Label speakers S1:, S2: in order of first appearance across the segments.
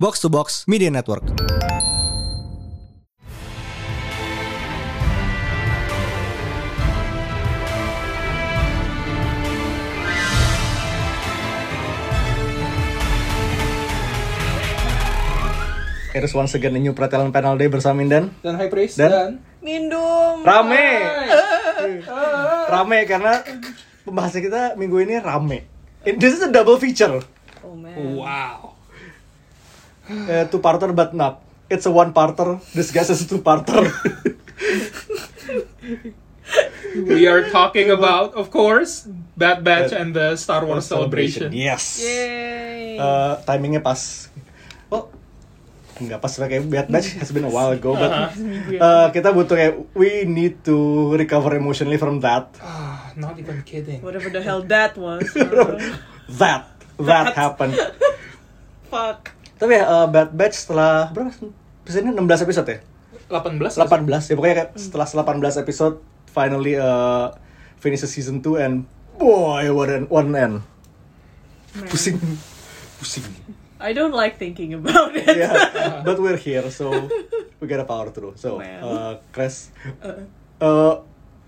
S1: Box to Box Media Network. Here's once again a new Pretelan Panel Day bersama Mindan
S2: dan high priest
S1: Dan?
S2: dan,
S3: Mindum.
S1: Rame!
S2: Hai.
S1: Rame karena pembahasan kita minggu ini rame And This is a double feature
S3: Oh man.
S2: wow
S1: Eh, Two-parter but not It's a one-parter disguised as a two-parter
S2: we are talking about of course bad batch and the star wars celebration
S1: Yes.
S3: Yay.
S1: Eh, timingnya pas. Oh, nggak pas kayak Bad Batch has been a while ago, but
S3: Uh-huh.
S1: eh, kita butuh kayak we need to recover emotionally from that.
S2: Ah, not even kidding
S3: Whatever the hell that was. Uh,
S1: That that happened.
S3: fuck.
S1: Tapi ya eh, Bad Batch setelah berapa? Biasanya 16 episode ya?
S2: 18
S1: 18 ya pokoknya kayak
S3: Hmm.
S1: setelah 18 episode finally eh, finishes season 2 and boy what an one end.
S3: Man.
S1: Pusing. Pusing.
S3: I don't like thinking about it.
S1: yeah, but we're here, so we gotta power through. So,
S3: Man.
S1: uh, Chris, uh,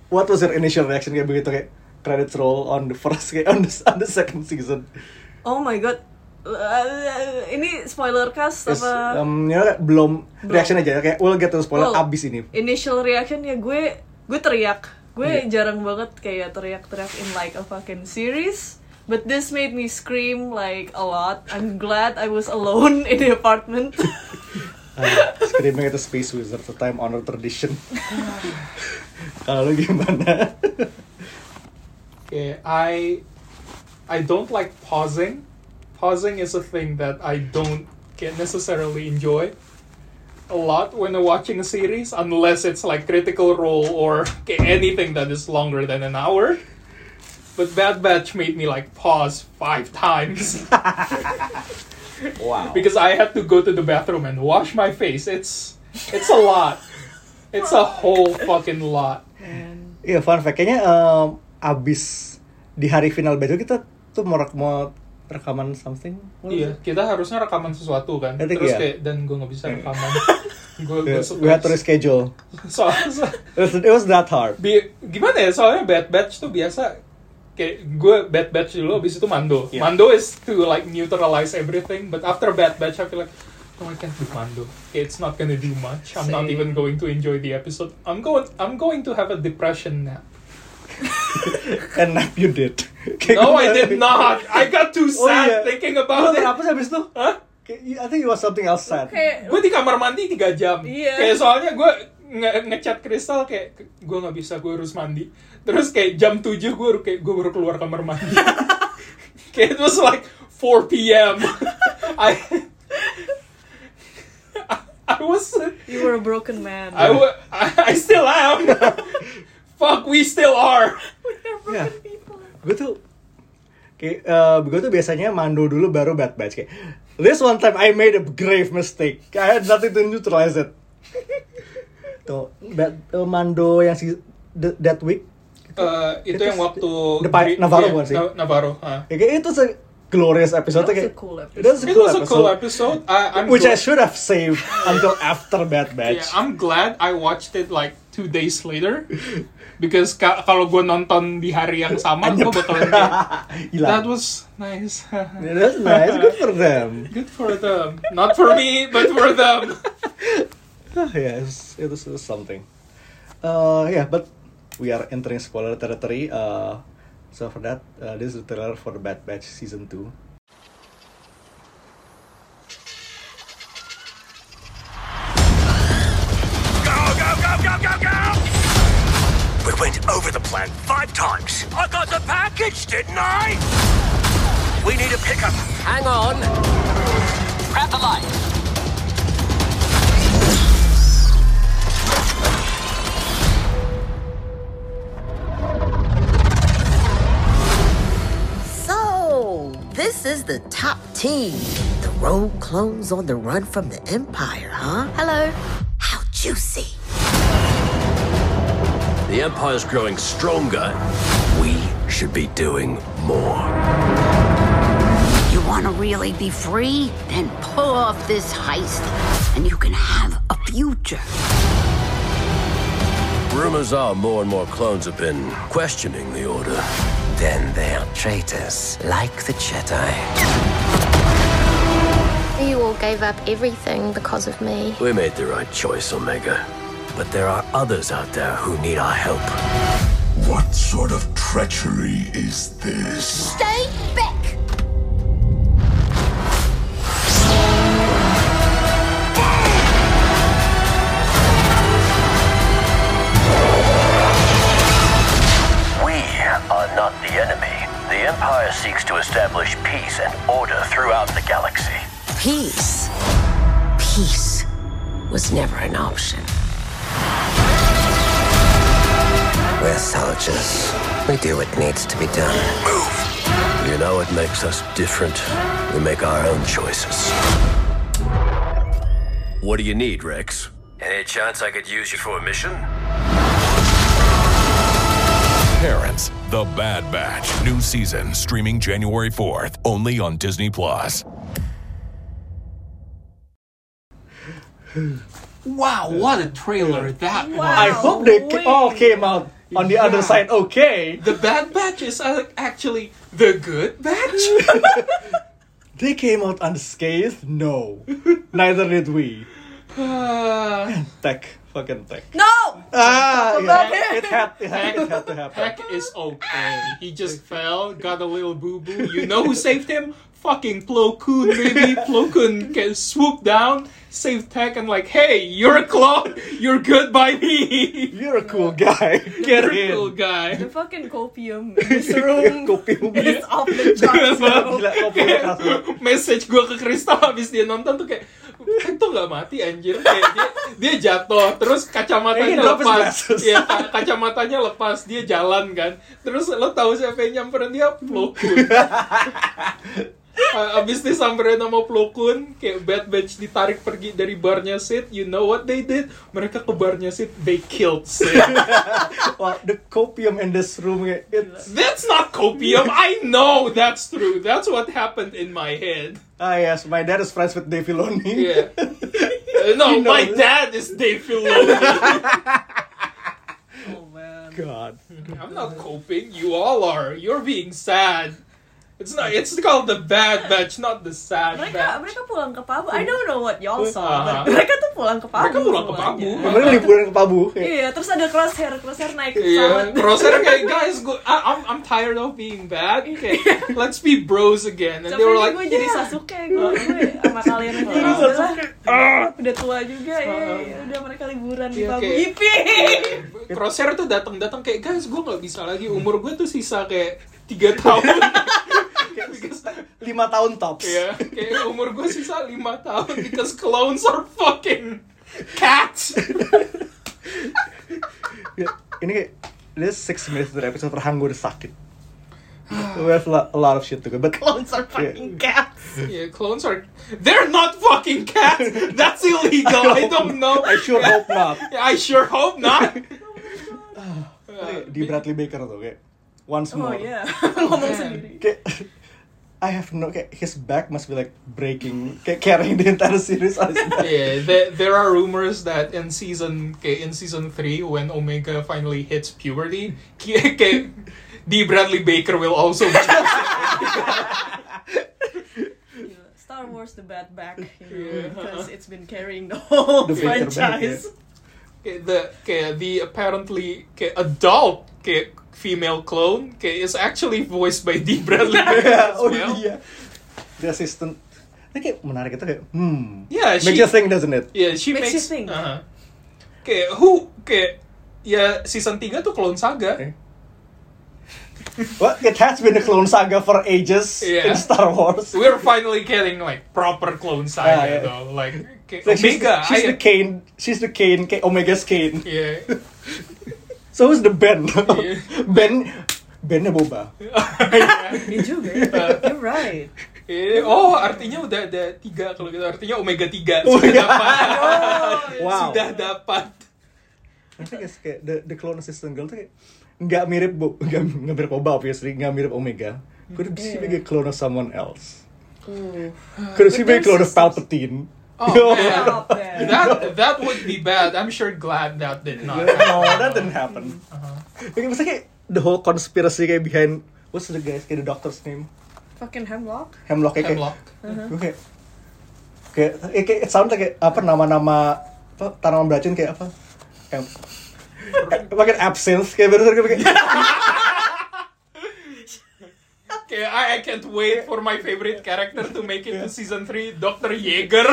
S1: what was your initial reaction kayak begitu kayak credits roll on the first kayak on the, on the second season?
S3: Oh my god. Uh, ini spoiler cast
S1: Terus,
S3: apa?
S1: um, ya, belum reaction aja kayak we'll get to the spoiler
S3: Well,
S1: abis ini.
S3: Initial reaction ya gue gue teriak. Gue jarang banget kayak teriak-teriak in like a fucking series. But this made me scream like a lot. I'm glad I was alone in the apartment.
S1: Uh, screaming at the space wizard, the time honor tradition. Kalau lu gimana?
S2: Okay, I I don't like pausing. Pausing is a thing that I don't get necessarily enjoy a lot when I'm watching a series, unless it's like Critical Role or okay, anything that is longer than an hour. But Bad Batch made me like pause five times
S1: wow.
S2: because I had to go to the bathroom and wash my face. It's it's a lot. It's a whole fucking lot.
S1: Iya, fun fact kayaknya um, abis di hari final besok kita tuh mau, rek- mau rekaman something. What was
S2: Iya, kita harusnya rekaman sesuatu kan.
S1: Etik
S2: Terus
S1: ya?
S2: kayak dan gue nggak bisa rekaman. gue
S1: it? We had to reschedule.
S2: so, so-
S1: It was, it was that hard.
S2: bi- gimana ya soalnya bad batch tuh biasa kayak gue bad batch dulu abis itu mando.
S1: Iya.
S2: Mando is to like neutralize everything, but after bad batch I feel like oh I can't do mando. Kayak, It's not gonna do much. I'm not
S3: Same.
S2: even going to enjoy the episode. I'm going I'm going to have a depression nap.
S1: And nap you did. Kayak
S2: No,
S1: gue-
S2: I did not. I got too
S1: Oh,
S2: sad
S1: iya.
S2: thinking
S1: Lu
S2: about it.
S1: kenapa sih abis itu?
S2: Hah?
S1: Kayak, I think it was something else sad.
S3: kayak
S2: gue di kamar mandi tiga jam
S3: Iya.
S2: kayak soalnya gue nge ngechat kristal kayak gue nggak bisa gue harus mandi terus kayak jam 7 gue kayak gue baru keluar kamar mandi kayak it was like 4 p.m. I I was
S3: you were a broken man.
S2: I, wa- I I still am fuck we still are
S3: We're broken
S1: Yeah.
S3: people.
S1: Gue tuh Kayak, eh, gue tuh biasanya mando dulu baru bad batch kayak This one time I made a grave mistake I had nothing to neutralize it Tuh, bad, eh, mando yang si th- that week
S2: Eh, itu yang waktu
S1: The Pi- Navarro bukan sih?
S2: Na- Navarro ha.
S1: Ya, kayak itu se glorious episode
S3: That was
S1: kayak
S3: a cool episode.
S1: That's
S2: it was a cool episode I, I'm
S1: Which I
S2: gl-
S1: should have saved until after Bad Batch.
S2: Yeah, I'm glad I watched it like two days later because ka- kalau gue nonton di hari yang sama gue bakalan kayak, that
S1: Hilang.
S2: was nice
S1: Yeah, That's nice. Good for them.
S2: good for them not for me but for them
S1: Ah, yeah, it's- it was, it was something. Uh, yeah, but we are entering spoiler territory. Uh, so for that, uh, this is the trailer for the Bad Batch season 2.
S4: Go, go, go, go, go, go! We went over the plan five times. I got the package, didn't I? We need a pickup.
S5: Hang on. Grab the light.
S6: So, this is the top team. The rogue clones on the run from the Empire, huh? Hello. How juicy.
S4: The Empire's growing stronger. We should be doing more.
S6: You Want to really be free? Then pull off this heist, and you can have a future.
S4: Rumors are more and more clones have been questioning the Order. Then they are traitors, like the Jedi.
S7: You all gave up everything because of me.
S4: We made the right choice, Omega. But there are others out there who need our help.
S8: What sort of treachery is this?
S7: Stay back!
S4: We are not the enemy. The Empire seeks to establish peace and order throughout the galaxy.
S6: Peace. Peace was never an option.
S4: We're soldiers. We do what needs to be done. Move! You know what makes us different? We make our own choices. What do you need, Rex? Any chance I could use you for a mission?
S9: Parents, The Bad Batch. New season streaming January 4th, only on Disney Plus.
S2: Wow, what a trailer that
S1: I
S2: was!
S1: hope they ca- oh,
S3: wait.
S1: all came out on the other
S2: Oh, Yeah.
S1: side okay.
S2: The Bad Batch is uh, actually the Good Batch.
S1: They came out unscathed? No. Neither did we.
S2: Uh,
S1: Tech. Fucking tech.
S3: No!
S1: Ah, yeah. it, had, it, had, it had to happen.
S2: Peck is okay. He just fell, got a little boo boo. You know who saved him? Fucking Plo Koon, baby. Plo Koon can swoop down, save Peck, and like, hey, you're a clone. You're good by me.
S1: You're a cool guy. Get
S2: You're a
S1: in.
S2: cool guy.
S3: The fucking copium in this room
S1: Kopi umi.
S3: is off the charts now.
S1: Gila, kopi umi kasar.
S2: message gue ke Krista habis dia nonton tuh kayak itu nggak mati anjir kayak dia, dia jatuh terus
S1: Kayaknya
S2: kacamatanya
S1: drop his
S2: lepas
S1: glasses.
S2: ya kacamatanya lepas dia jalan kan terus lo tahu siapa yang nyamperin dia Plokun Uh, abis disamperin sama Plokun kayak Bad Batch ditarik pergi dari barnya Sid you know what they did mereka ke barnya Sid they killed Sid
S1: Wah, the copium in this room kayak, it's
S2: that's not copium I know that's true that's what happened in my head
S1: ah yes my dad is friends with Dave Filoni
S2: Yeah. Uh, no,
S1: You know
S2: my
S1: this.
S2: dad is Dave Filoni.
S3: Oh man.
S1: God
S2: I'm not coping. You all are. You're being sad. It's not. It's called the bad batch, not the sad
S3: Mereka
S2: batch.
S3: mereka pulang ke Pabu. I don't know what y'all saw,
S2: Ah.
S3: but mereka tuh pulang ke Pabu.
S2: Mereka pulang ke
S3: semuanya.
S2: Pabu.
S1: kemarin liburan ke Pabu kayak,
S3: Iya, terus ada crosshair, crosshair naik ke
S2: Yeah,
S3: pesawat.
S2: Crosshair kayak guys, go, I, I'm I'm tired of being bad. Okay, let's be bros again. And they
S3: Sampai
S2: were like,
S3: gue jadi
S2: yeah.
S3: Sasuke, gue gue sama kalian semua.
S1: Jadi
S3: Udah lah,
S1: Sasuke.
S3: udah tua juga ya, ya udah mereka liburan
S2: Iya,
S3: di Pabu. Oh,
S2: kayak-
S3: Iping.
S2: Crosshair tuh datang-datang kayak guys, gue nggak bisa lagi. Umur gue tuh sisa kayak tiga tahun.
S1: lima tahun tops
S2: Yeah, kayak umur gue sisa 5 tahun because clones are fucking cats.
S1: Ya, ini kayak this six minutes dari episode terhanggur sakit we have lo- a lot of shit to go but
S3: Clones are fucking cats.
S2: Yeah, clones are they're not fucking cats. That's illegal. I don't know.
S1: I sure hope not
S2: I sure hope not.
S1: di Bradley Baker tuh kayak once
S3: Oh
S1: more
S3: iya, ngomong sendiri.
S1: kayak I have no kayak his back must be like breaking kayak carrying the entire series on his back
S2: Yeah, there, there are rumors that in season okay, in season 3 when Omega finally hits puberty, okay, okay, D Bradley Baker will also
S3: Gila. Star Wars The Bad Back, you know,
S2: Yeah.
S3: because it's been carrying the whole
S1: The Baker Bad,
S3: franchise.
S2: Okay, the okay, the apparently okay, adult okay, female clone okay, is actually voiced by Dee Bradley Baker as
S1: oh
S2: well.
S1: iya the assistant ini kayak menarik itu kayak hmm
S2: Yeah, she
S1: Make you think, doesn't it?
S2: yeah, she
S3: Makes
S2: makes,
S3: you think.
S2: uh-huh. Okay, who okay, yeah, season 3 tuh Clone Saga.
S1: Okay. Well, it has been a clone saga for ages
S2: Yeah.
S1: in Star Wars.
S2: We're finally getting like proper Clone Saga
S1: Ah, yeah.
S2: though. Like okay,
S1: Like, she's
S2: Omega.
S1: the, she's
S2: I-
S1: the Kane. She's the Kane. Ka- Omega's Kane.
S2: yeah.
S1: So who's the Ben?
S2: Yeah.
S1: ben. Ben Boba.
S3: Dia juga. ya. You're right.
S2: Eh, Oh, artinya udah ada tiga kalau gitu. Artinya Omega 3
S1: Oh my
S2: sudah
S1: God.
S2: dapat.
S1: Wow.
S2: Sudah dapat.
S1: I think it's kayak the the clone assistant girl tuh kayak nggak mirip Bo, nggak, nggak mirip Boba obviously, nggak mirip Omega. Could she be a clone of someone else? Could have been Lord of Palpatine.
S2: Oh, man.
S3: Up there.
S2: That, that would be bad. I'm sure glad that did not
S1: no,
S2: happen.
S1: that didn't happen. Like, maksudnya kayak the whole conspiracy kayak behind what's the guy's kayak the doctor's name?
S3: Fucking hemlock.
S1: Hemlock kayak
S2: Hemlock.
S1: Gue kayak kayak it, kayak- it sounds like kayak apa nama-nama apa tanaman beracun kayak apa? Yang pakai absinthe kayak baru kayak
S2: Okay, I, I can't wait for my favorite character to make it to season 3, Dr. Jaeger.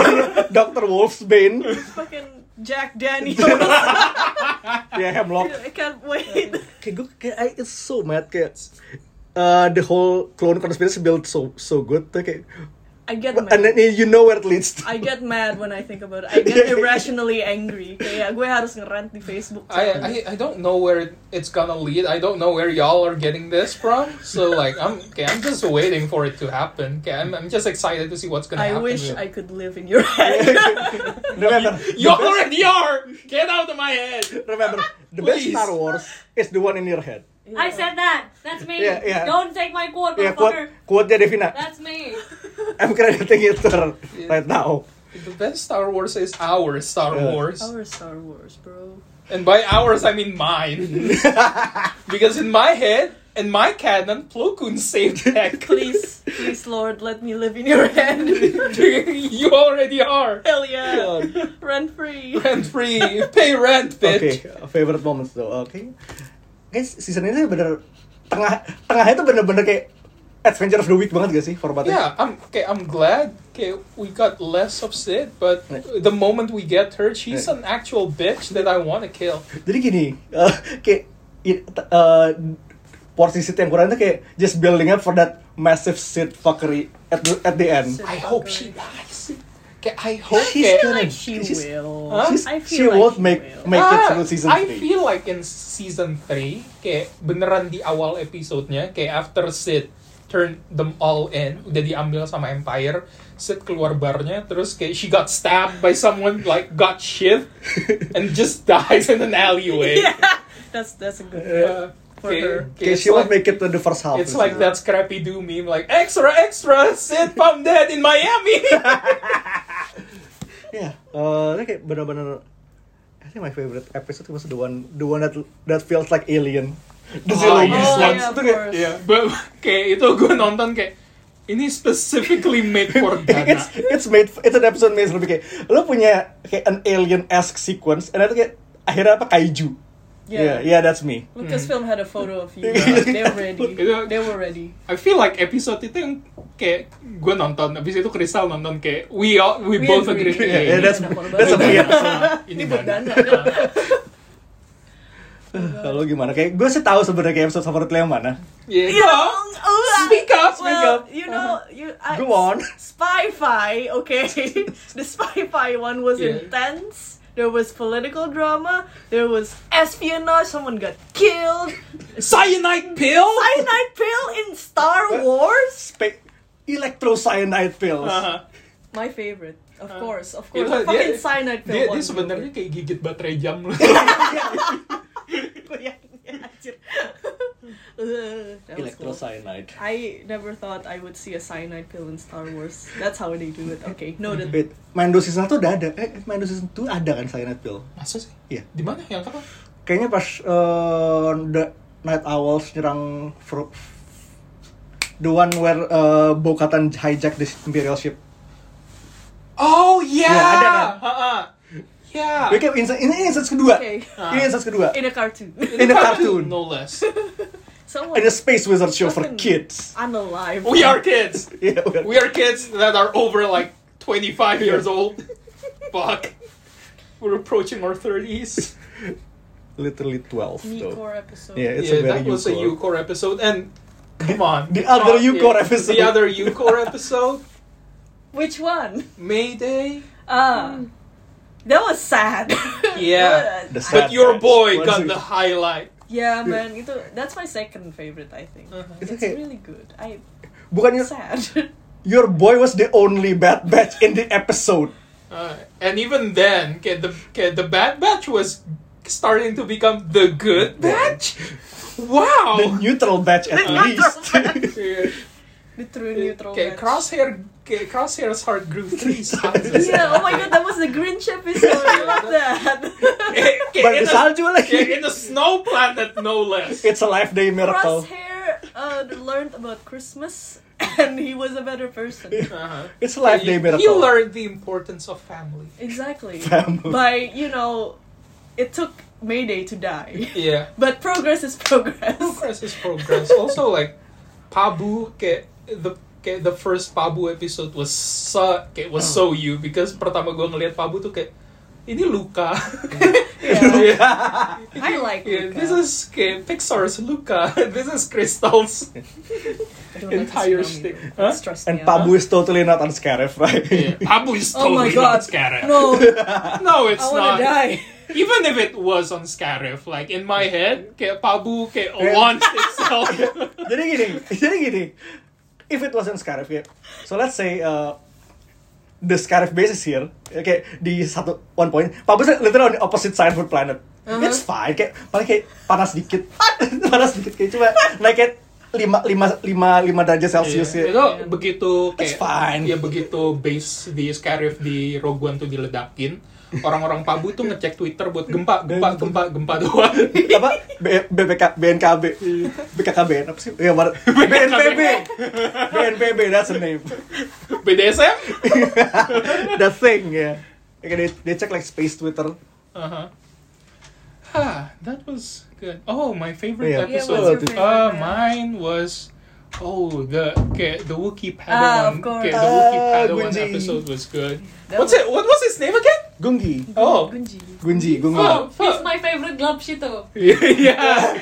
S1: Dr. Wolfsbane.
S3: Fucking Jack Daniels.
S1: ya Hemlock.
S3: I can't wait.
S1: Kayak gue kayak I, it's so mad kayak uh, the whole clone conspiracy built so so good tuh kayak
S3: I get
S1: and
S3: mad.
S1: then you know where it leads to.
S3: I get mad when I think about it. I get irrationally angry. Kayak gue harus ngerant di Facebook.
S2: I, I, I don't know where it, it's gonna lead. I don't know where y'all are getting this from. So, like, I'm okay, I'm just waiting for it to happen. Okay, I'm, I'm just excited to see what's gonna
S3: I
S2: happen.
S3: wish I could live in your head.
S1: Remember,
S2: You already are! Get out of my head!
S1: remember the best
S2: Please.
S1: Star Wars is the one in your head.
S10: I said that. That's me.
S1: Yeah, yeah.
S10: Don't take my quote,
S1: Ya
S10: motherfucker.
S1: quote quote-nya Devina.
S10: That's me.
S1: I'm crediting it to her right now.
S2: The best Star Wars is our Star
S1: Yeah.
S2: Wars.
S3: Our Star Wars, bro.
S2: And by ours, I mean mine. because in my head, in my canon, Plo Koon saved Heck.
S3: Please, please, Lord, let me live in your hand.
S2: you already are.
S3: Hell yeah. Rent free.
S2: Rent free. Pay rent,
S1: Oke,
S2: bitch.
S1: favorite moments though. Oke. Guys, season ini bener tengah tengahnya tuh bener-bener kayak Adventure of the Week banget gak sih formatnya?
S2: Yeah, I'm okay. I'm glad. Okay, we got less of Sid, but the moment we get her, she's an actual bitch that I want to kill.
S1: Jadi gini, eh, kayak i- t- eh, porsi seat yang kurang itu kayak just building up for that massive seat fuckery at the, at the end.
S2: I hope she dies. Okay, I hope.
S1: She's
S2: okay,
S1: gonna-
S3: Like she
S1: she's-
S3: will.
S2: Huh?
S1: she's-
S3: I feel
S1: she
S3: like
S1: won't
S3: she
S1: make
S3: will.
S1: make it
S2: Ah,
S1: through season
S2: I
S1: 3.
S2: feel like in season 3, kayak beneran di awal episode-nya, kayak after Sid turn them all in, udah diambil sama Empire, Sid keluar barnya, terus kayak she got stabbed by someone, like got shit, and just dies in an alleyway.
S3: Yeah, that's that's a good.
S2: Uh,
S3: For
S2: kayak-
S3: her.
S2: kayak
S1: Kayak
S2: it's
S1: she won't make
S2: like-
S1: it to the first half.
S2: It's like that Scrappy Doo meme, like extra, extra, Sid found dead in Miami.
S1: Yeah, uh, kayak bener-bener. I think my favorite episode was the one, the one that that feels like Alien. The Zilogis one.
S2: yeah.
S3: Oh, yeah, of
S1: Itu kayak-
S3: course.
S2: yeah, but kayak itu gue nonton kayak ini specifically made for Dana.
S1: it's it's made it's an episode made lebih kayak lo punya kayak an alien esque sequence and itu kayak akhirnya apa kaiju yeah
S3: Yeah.
S1: yeah that's me
S3: Lucasfilm had a photo of you. guys. They were ready.
S2: Itu-
S3: They were ready.
S2: I feel like episode itu yang kayak gue nonton, abis itu Crystal nonton kayak we all, we,
S3: We
S2: both
S3: agree.
S2: agree.
S1: yeah, yeah,
S2: kayak
S1: that's
S3: Ini enak
S1: that's a me
S2: banget.
S1: episode
S2: ini
S3: Dan,
S2: Dana.
S1: kalau gimana kayak gue sih tahu sebenarnya kayak episode favorit lo yang mana
S2: Yeah,
S3: You
S2: go.
S3: know, uh,
S2: Speak up, speak up.
S3: well, you know, you I,
S1: go on
S3: Spy-fi, okay. the spy-fi one was
S2: Yeah.
S3: intense. There was political drama. There was espionage. Someone got killed.
S2: Cyanide pill.
S3: Cyanide pill in Star Wars.
S1: Spe- electrocyanide pills
S2: Uh-huh.
S3: My favorite, of course, of
S2: Itu
S3: course. The
S2: dia-
S3: fucking cyanide pill.
S2: Dia,
S3: one.
S2: dia sebenarnya kayak gigit baterai jam lu.
S3: Gua yakin, anjir. Ugh, Uh, that was cool.
S1: electrocyanide
S3: I never thought I would see a cyanide pill in Star Wars. That's how they do it. Okay, noted.
S1: Wait, Mando season 1 udah ada eh Mando season 2 ada kan cyanide pill
S2: Masa sih?
S1: Iya.
S2: Di mana? Yang kapan?
S1: kayaknya pas eh, the Night Owls nyerang Fro- the one where uh, Bo-Katan hijack this Imperial ship
S2: Oh yeah.
S1: Ya, ada kan?
S2: Ha-ha. Ya.
S1: Oke, instance, ini instance kedua.
S3: Okay.
S1: Ini instance kedua.
S3: In a cartoon.
S1: In a cartoon.
S2: No less.
S3: Someone
S1: In a space wizard show for
S3: Fucking-
S1: kids.
S3: I'm alive.
S2: We are kids.
S1: Yeah, well,
S2: We are kids that are over like 25 years old. Fuck. We're approaching our 30s.
S1: literally 12 though.
S3: Micor episode.
S1: Yeah, it's
S2: yeah,
S1: a very
S2: that was a
S1: Yuko.
S2: UCore episode and come on.
S1: the other
S2: Yeah,
S1: UCore episode.
S2: The other UCore episode.
S3: Which one?
S2: Mayday.
S3: Ah, that was sad.
S2: Yeah.
S1: The sad
S2: But your
S1: patch.
S2: boy
S1: What
S2: got
S1: is
S2: the
S1: it?
S2: highlight.
S3: yeah, man. Itu, that's my second favorite. I think
S1: It's
S3: it's
S1: okay.
S3: really good. I
S1: Bukan your,
S3: sad.
S1: your boy was the only bad batch in the episode.
S2: Uh, and even then, okay, the okay, the Bad Batch was starting to become the Good Batch. Wow.
S1: The neutral batch at least.
S2: Yeah.
S3: the true neutral.
S2: Okay,
S3: match.
S2: Crosshair Okay, Crosshair's heart grew three sizes.
S3: yeah, oh my god, that was the Grinch episode. I love that.
S1: But it's all too late.
S2: Yeah, in the snow planet, no less.
S1: It's a life day miracle.
S3: Crosshair uh, learned about Christmas and he was a better person.
S2: Uh-huh.
S1: It's a life day
S2: You,
S1: miracle.
S2: you learned the importance of family.
S3: Exactly.
S1: Family.
S3: By, you know, it took Mayday to die.
S2: Yeah.
S3: But progress is progress.
S2: Progress is progress. also, like Pabu, ke, the ke, the first Pabu episode was so ke, was
S3: Oh.
S2: so you because pertama gue ngeliat Pabu tuh kayak ini Luka.
S3: Yeah.
S1: Yeah.
S3: I like
S2: Yeah,
S3: Luca.
S2: this is ke, Pixar's Luca. this is Crystal's
S3: I don't like this
S2: entire
S3: film
S2: stick.
S3: either.
S2: Huh?
S3: It's stressed
S1: And
S3: me out.
S1: Pabu is totally not on Scarif, right?
S2: Yeah, Pabu is
S3: Oh my
S2: totally
S3: god.
S2: on Scarif.
S3: No,
S2: No, it's
S3: I
S2: not.
S3: wanna die.
S2: Even if it was on Scarif, like in my head, kayak Pabu kayak launched itself.
S1: jadi gini, jadi gini. If it wasn't Scarif, ya. So let's say uh, the Scarif base is here. Kayak di satu one point, Pabu is literally on the opposite side of the planet. It's fine. Kayak paling kayak panas dikit, panas dikit kayak cuma naik kayak lima lima lima lima derajat celcius
S2: Itu
S1: ya.
S2: begitu
S1: That's
S2: kayak
S1: fine.
S2: ya begitu base di Scarif di Rogue One tuh diledakin, orang-orang Pabu tuh ngecek Twitter buat gempa,
S1: gitu.
S2: gempa, gempa, gempa doang.
S1: apa B- BBK BNKB BKKBN apa sih ya bar- BNPB BNPB that's the name
S2: BDSM?
S1: the thing ya Okay, they, they check like space Twitter
S2: Uh-huh. Ah, that was good. Oh, my favorite
S1: Yeah.
S3: Yeah, what's
S2: episode.
S3: your favorite?
S2: Uh,
S3: man?
S2: mine was oh the okay, the Wookiee
S3: Ah,
S2: Padawan.
S3: of course.
S2: okay, the Wookiee
S1: Ah,
S2: Padawan
S1: Gunji.
S2: episode was good.
S3: That
S2: What's it?
S3: was-
S2: What was his name again?
S1: Gunggi
S2: Oh,
S3: Gunji.
S1: Gunji Gunggi
S2: oh,
S10: He's
S2: fuck.
S10: my favorite glove shito.
S2: yeah.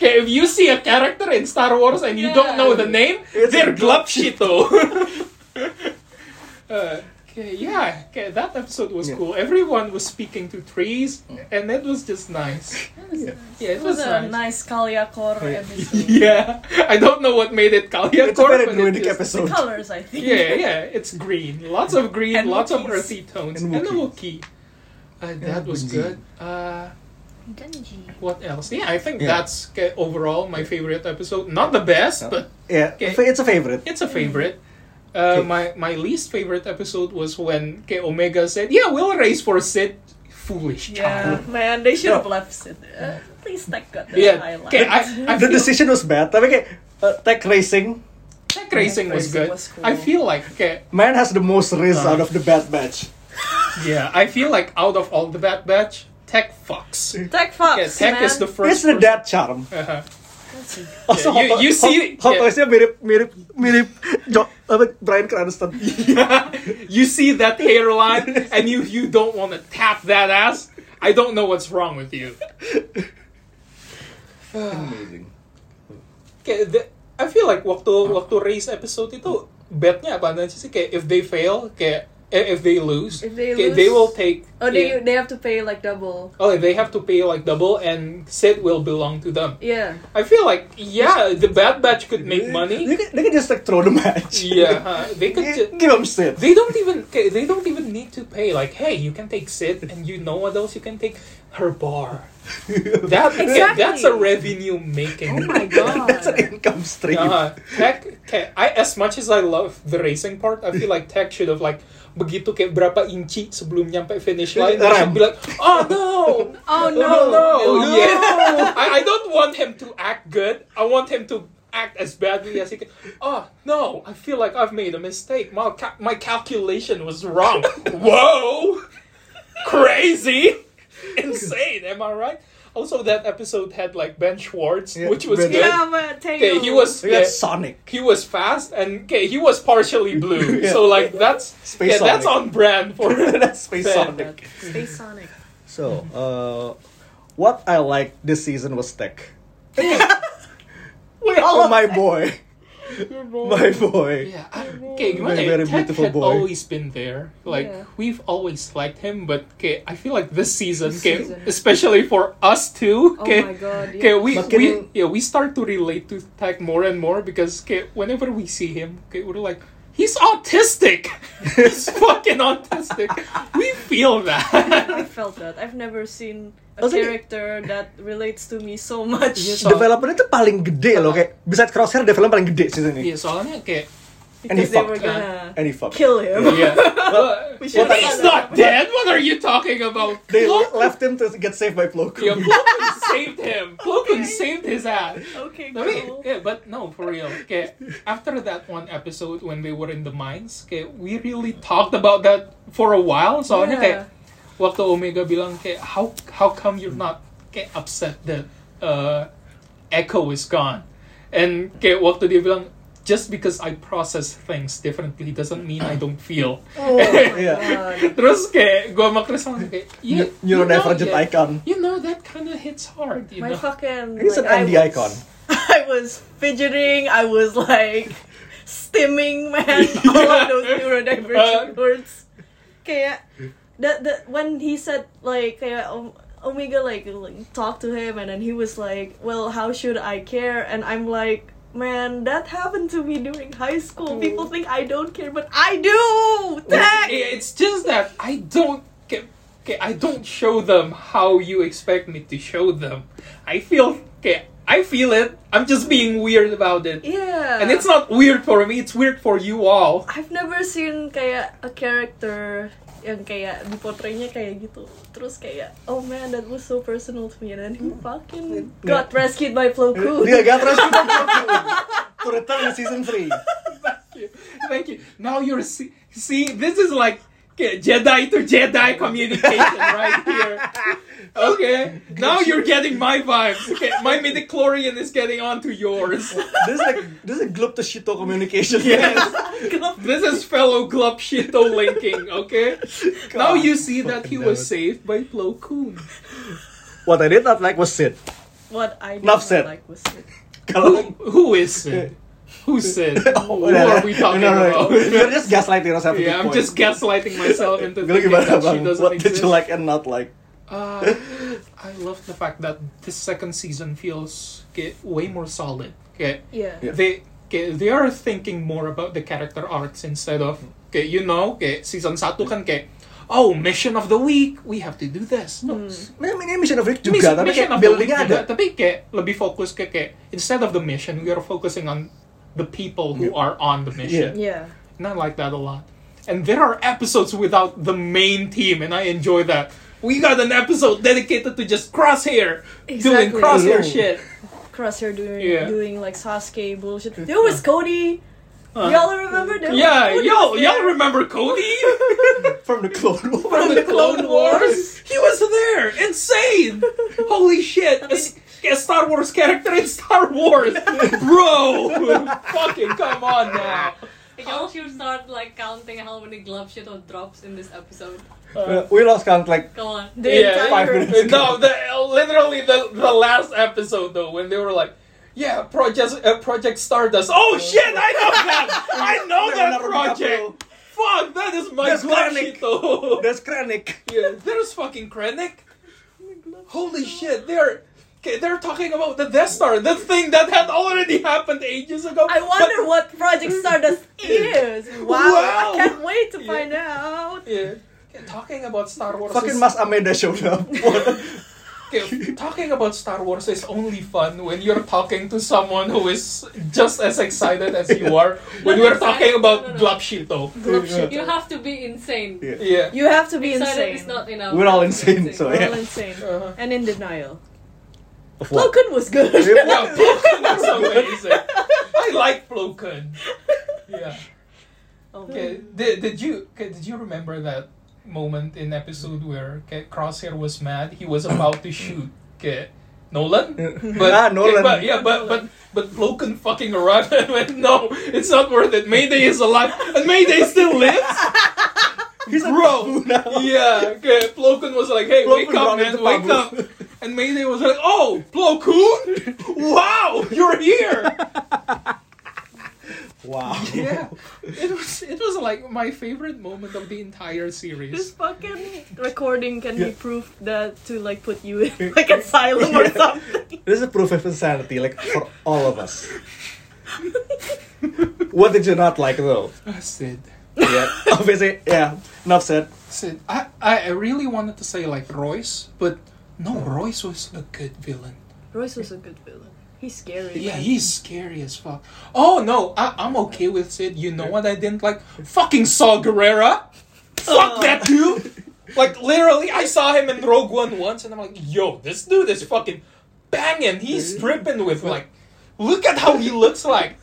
S2: Okay, if you see a character in Star Wars and you don't know the name,
S1: It's a
S2: they're
S1: glub-
S2: Glubshito. uh, okay, yeah, okay, that episode was
S1: Yeah.
S2: cool. Everyone was speaking to trees, and it was just nice.
S1: Yeah.
S2: Yeah, it
S3: It was
S2: was
S3: a
S2: nice.
S3: nice Kaliakor uh, episode.
S2: Yeah, I don't know what made it Kalia
S1: It's a
S2: Corp.
S1: very
S2: but it
S1: druidic
S2: just-
S1: episode.
S3: Colors, I think.
S2: Yeah, yeah, it's green. Lots of green,
S3: And
S2: lots of
S3: Wookiees.
S2: earthy tones.
S1: And
S2: And, the Wookiee. Uh, that
S1: And
S2: was
S1: Gunji.
S2: good. Uh, what else? Yeah, I think
S1: Yeah.
S2: that's okay, overall my favorite episode. Not the best, but
S1: yeah
S2: Okay.
S1: fa- it's a favorite
S2: it's a
S3: Mm.
S2: favorite. Uh, my my least favorite episode was when okay, Omega said, "Yeah, we'll race for Sid." Foolish
S3: Yeah,
S2: child.
S3: man, they should have
S1: No.
S3: left it. Uh, please take that
S2: Yeah.
S3: highlight.
S2: Okay, I, I
S1: the
S2: feel
S1: decision was bad tapi kayak uh, tech racing
S2: tech racing was
S3: Racing
S2: good.
S3: was cool.
S2: I feel like okay,
S1: man has the most risk
S2: Uh-huh.
S1: out of the bad batch
S2: Yeah, I feel like out of all the Bad Batch, Tech fucks. Yeah,
S3: Tech Fox,
S2: Tech
S3: man.
S2: is the
S1: it's
S2: first.
S1: the
S2: person-
S1: dad charm
S2: Uh-huh.
S1: Also,
S2: Yeah, you-
S1: hot-
S2: you see-
S1: hot, hot
S2: yeah.
S1: toys-nya mirip mirip mirip jo, apa, Brian Cranston
S2: You see that hairline, and you you don't want to tap that ass. I don't know what's wrong with you.
S1: amazing
S2: Okay, the, I feel like waktu waktu race episode itu betnya apa aja sih kayak if they fail kayak eh, if they lose,
S3: If they
S2: kayak
S3: lose-
S2: they will take
S3: Oh, they,
S2: yeah.
S3: they have to pay like double.
S2: oh they have to pay like double and Sid will belong to them.
S3: Yeah.
S2: I feel like yeah the Bad Batch could make
S1: they
S2: money.
S1: can, they can just like throw the match
S2: Yeah, huh, they could. ju-
S1: give them shit
S2: They don't even okay, they don't even need to pay. Like, hey, you can take Sid, and you know what else you can take? Her bar. That yeah, that's a revenue making.
S3: Oh my god.
S1: That's an income stream.
S2: Uh, tech, okay, I as much as I love the racing part, I feel like tech should have like begitu kayak berapa inci sebelum nyampe finish line, they should be like, oh no,
S3: Oh
S2: oh no,
S3: no.
S2: yeah. I, I don't want him to act good. I want him to act as badly as he can. Oh no, I feel like I've made a mistake. My ca- my calculation was wrong. Whoa, crazy, insane. Am I right? Also, that episode had like Ben Schwartz,
S1: Yeah,
S2: which was
S1: Ben-
S2: good.
S3: Yeah, but Tail.
S2: Okay, he was
S1: We got
S2: yeah,
S1: Sonic.
S2: he was fast and okay, he was partially blue.
S1: Yeah.
S2: So like that's
S1: Space
S2: yeah, that's
S1: Sonic.
S2: on brand for
S1: That's Space
S2: Ben.
S1: Sonic.
S3: Space Sonic.
S1: So, uh, what I liked this season was tech.
S2: Wait,
S1: Oh my boy, my boy.
S2: Yeah, I- okay, gimana
S1: Very,
S2: ya,
S1: very
S2: Ted
S1: beautiful
S2: had
S1: boy.
S2: always been there. Like
S3: Yeah.
S2: we've always liked him, but okay, I feel like this season, okay,
S3: season.
S2: especially for us too,
S3: Oh
S2: okay,
S3: my god.
S2: okay,
S3: Yeah.
S2: we,
S1: Makin-
S2: we yeah we start to relate to Tech more and more because okay, whenever we see him, okay, we're like. He's autistic. He's fucking autistic. We feel that.
S3: I felt that. I've never seen a
S1: Also,
S3: character that relates to me so much.
S2: Yes,
S1: Developmentnya tuh paling gede loh, kayak bisa crosshair develop paling gede season ini.
S2: Iya soalnya kayak
S1: and he
S3: Because they were
S1: fucked.
S3: gonna
S1: and he fucked.
S3: kill him.
S2: Yeah.
S1: Well,
S3: We should-
S1: well,
S2: He's not dead. What are you talking about?
S1: They
S2: Plo-
S1: le- left him to get saved by Plo Koon.
S2: yeah, Plokun saved him. Plokun saved his ass.
S3: Okay,
S2: No, wait,
S3: cool.
S2: yeah, but no, for real. Okay, after that one episode when they were in the mines, okay, we really talked about that for a while. So yeah. okay,
S3: Yeah.
S2: waktu Omega bilang okay, how how come you're not okay, upset that uh, Echo is gone, and okay, waktu dia bilang just because I process things differently doesn't mean I don't feel.
S1: yeah.
S2: Terus kayak gue sama Chris langsung kayak, you,
S1: Ne- neurodivergent
S2: you know, yeah,
S1: icon.
S2: You know that kind of hits hard, you
S3: My
S2: know.
S3: fucking.
S1: He's
S3: like,
S1: an Andy
S3: I was-
S1: icon.
S3: I was fidgeting. I was like stimming, man. All of those
S2: Uh.
S3: neurodivergent words. Kayak that that when he said like kayak Om- Omega like, like talked to him and then he was like, well, how should I care? And I'm like. Man, that happened to me during high school. People think I don't care, but I do. Tech.
S2: Yeah, It's just that I don't get, okay, I don't show them how you expect me to show them. I feel okay, I feel it. I'm just being weird about it.
S3: Yeah.
S2: And it's not weird for me, it's weird for you all.
S3: I've never seen kayak a character yang kayak dipotraynya kayak gitu terus kayak oh man that was so personal to me and then he fucking got rescued by Plo Koon
S1: Hmm. Dia gak terus kita Plo Koon. To return in season 3.
S2: Thank you. Now you're see, see this is like okay, Jedi to Jedi communication right here. Okay, now you're getting my vibes. Okay, my midichlorian is getting onto yours.
S1: This is like this is glub to shito communication.
S2: This is fellow Glup Shito linking, okay? Now you see that he was saved by Plo Koon.
S1: What I did not like was Sid.
S3: what I did
S1: Enough
S3: not
S1: said.
S3: like was it.
S1: Kalau
S2: Who is Sid? Who Sid? Who are we
S1: Oh,
S2: talking
S1: No, no, no.
S2: about?
S1: You're just gaslighting yourself at this
S2: Yeah, I'm
S1: point.
S2: just gaslighting myself into
S1: Gila
S2: thinking
S1: gimana
S2: that
S1: bang?
S2: she doesn't
S1: What did
S2: exist.
S1: you like and not like?
S2: Uh, I love the fact that this second season feels okay, way more solid. Okay,
S3: yeah
S1: Yeah.
S2: they okay, they are thinking more about the character arcs instead of
S3: Mm.
S2: okay, you know, okay, season satu kan kayak oh mission of the week we have to do this. No,
S3: Mm.
S1: Nah, ini Mission of Rick
S2: Mis-
S1: juga, tapi kayak
S2: mission of the week
S1: buildingnya ada.
S2: juga, tapi kayak lebih fokus ke kayak instead of the mission we are focusing on the people who are on the mission.
S3: yeah
S2: And I like that a lot. And there are episodes without the main team, and I enjoy that. We got an episode dedicated to just crosshair doing
S3: Exactly.
S1: Ooh.
S2: crosshair shit.
S3: Crosshair doing
S2: Yeah.
S3: doing like Sasuke bullshit there was Cody y'all remember
S2: Uh-huh.
S3: there was
S2: Yeah,
S3: Cody
S2: yo,
S3: was
S2: y'all
S3: there.
S2: remember Cody
S1: From the Clone Wars.
S2: from the Clone Wars? He was there, insane. Holy shit! A, s- a Star Wars character in Star Wars, bro. Fucking come on now.
S10: Y'all should start like counting how many glove shit or drops in this episode.
S1: Uh, We lost count like
S10: Come on.
S3: the
S2: Yeah,
S3: entire
S1: five minutes ago.
S2: No, the, literally the, the last episode though, when they were like, "Yeah, project uh, Project Stardust." Oh shit, I know that. I know that project. Fuck, that is my
S1: That's
S2: glove
S1: Krennic.
S2: shit though.
S1: That's Krennic.
S2: yeah, there's fucking Krennic. Holy shit, they're. okay, They're talking about the Death Star, the thing that had already happened ages ago.
S3: I wonder
S2: but-
S3: what Project Stardust is wow,
S2: Wow.
S3: I can't wait to
S2: Yeah.
S3: find out
S2: Yeah. Okay, Talking about Star Wars
S1: Fucking
S2: is-
S1: Mas Ameda showed up.
S2: Okay, talking about Star Wars is only fun when you're talking to someone who is just as excited as you are when
S10: Not
S2: we're
S10: excited,
S2: talking about
S10: no, no, no.
S2: Globshito.
S10: You have to be insane.
S1: Yeah.
S2: Yeah.
S3: you have to be
S10: Excited
S3: insane
S10: is not enough.
S1: We're all
S10: You have to be
S1: insane, so
S3: We're all
S1: yeah.
S3: insane
S2: Uh-huh.
S3: and in denial.
S1: Of Uh,
S3: Plo
S1: what?
S3: Koon was good.
S2: Yeah, Plo Koon is amazing. I like Plo Koon. Yeah.
S3: Oh, man.
S2: Okay. Did, did you okay, did you remember that moment in episode where okay, Crosshair was mad? He was about to shoot okay, Nolan, but,
S1: Ah, Nolan.
S2: but yeah, but but but Plo Koon fucking arrived and went, "No, it's not worth it. Mayday is alive, and Mayday still lives."
S1: He's a
S2: Bro,
S1: taboo now.
S2: yeah, okay. Plo Koon was like, hey,
S1: Plo
S2: wake
S1: Koon
S2: up,
S1: brought in
S2: man,
S1: the
S2: wake up.
S1: bubble.
S2: And Mayday was like, oh, Plo Koon? Wow, you're here.
S1: Wow.
S2: yeah, it was it was like my favorite moment of the entire
S3: This
S2: series.
S3: fucking recording can be
S1: Yeah.
S3: proof that to like put you in like asylum or something.
S1: This is proof of insanity, like for all of us. what did you not like though?
S2: Sid,
S1: Yeah. Obviously, yeah. Enough said.
S2: Sid, I, I I really wanted to say like Royce, but no, Royce was a good villain.
S3: Royce was a good villain. He's scary.
S2: Yeah,
S3: man.
S2: he's scary as fuck. Oh no, I, I'm okay with it. You know what I didn't like? Fucking Saw Gerrera. Fuck that dude. Like literally, I saw him in Rogue One once, and I'm like, yo, this dude is fucking banging. He's dripping with like, look at how he looks like.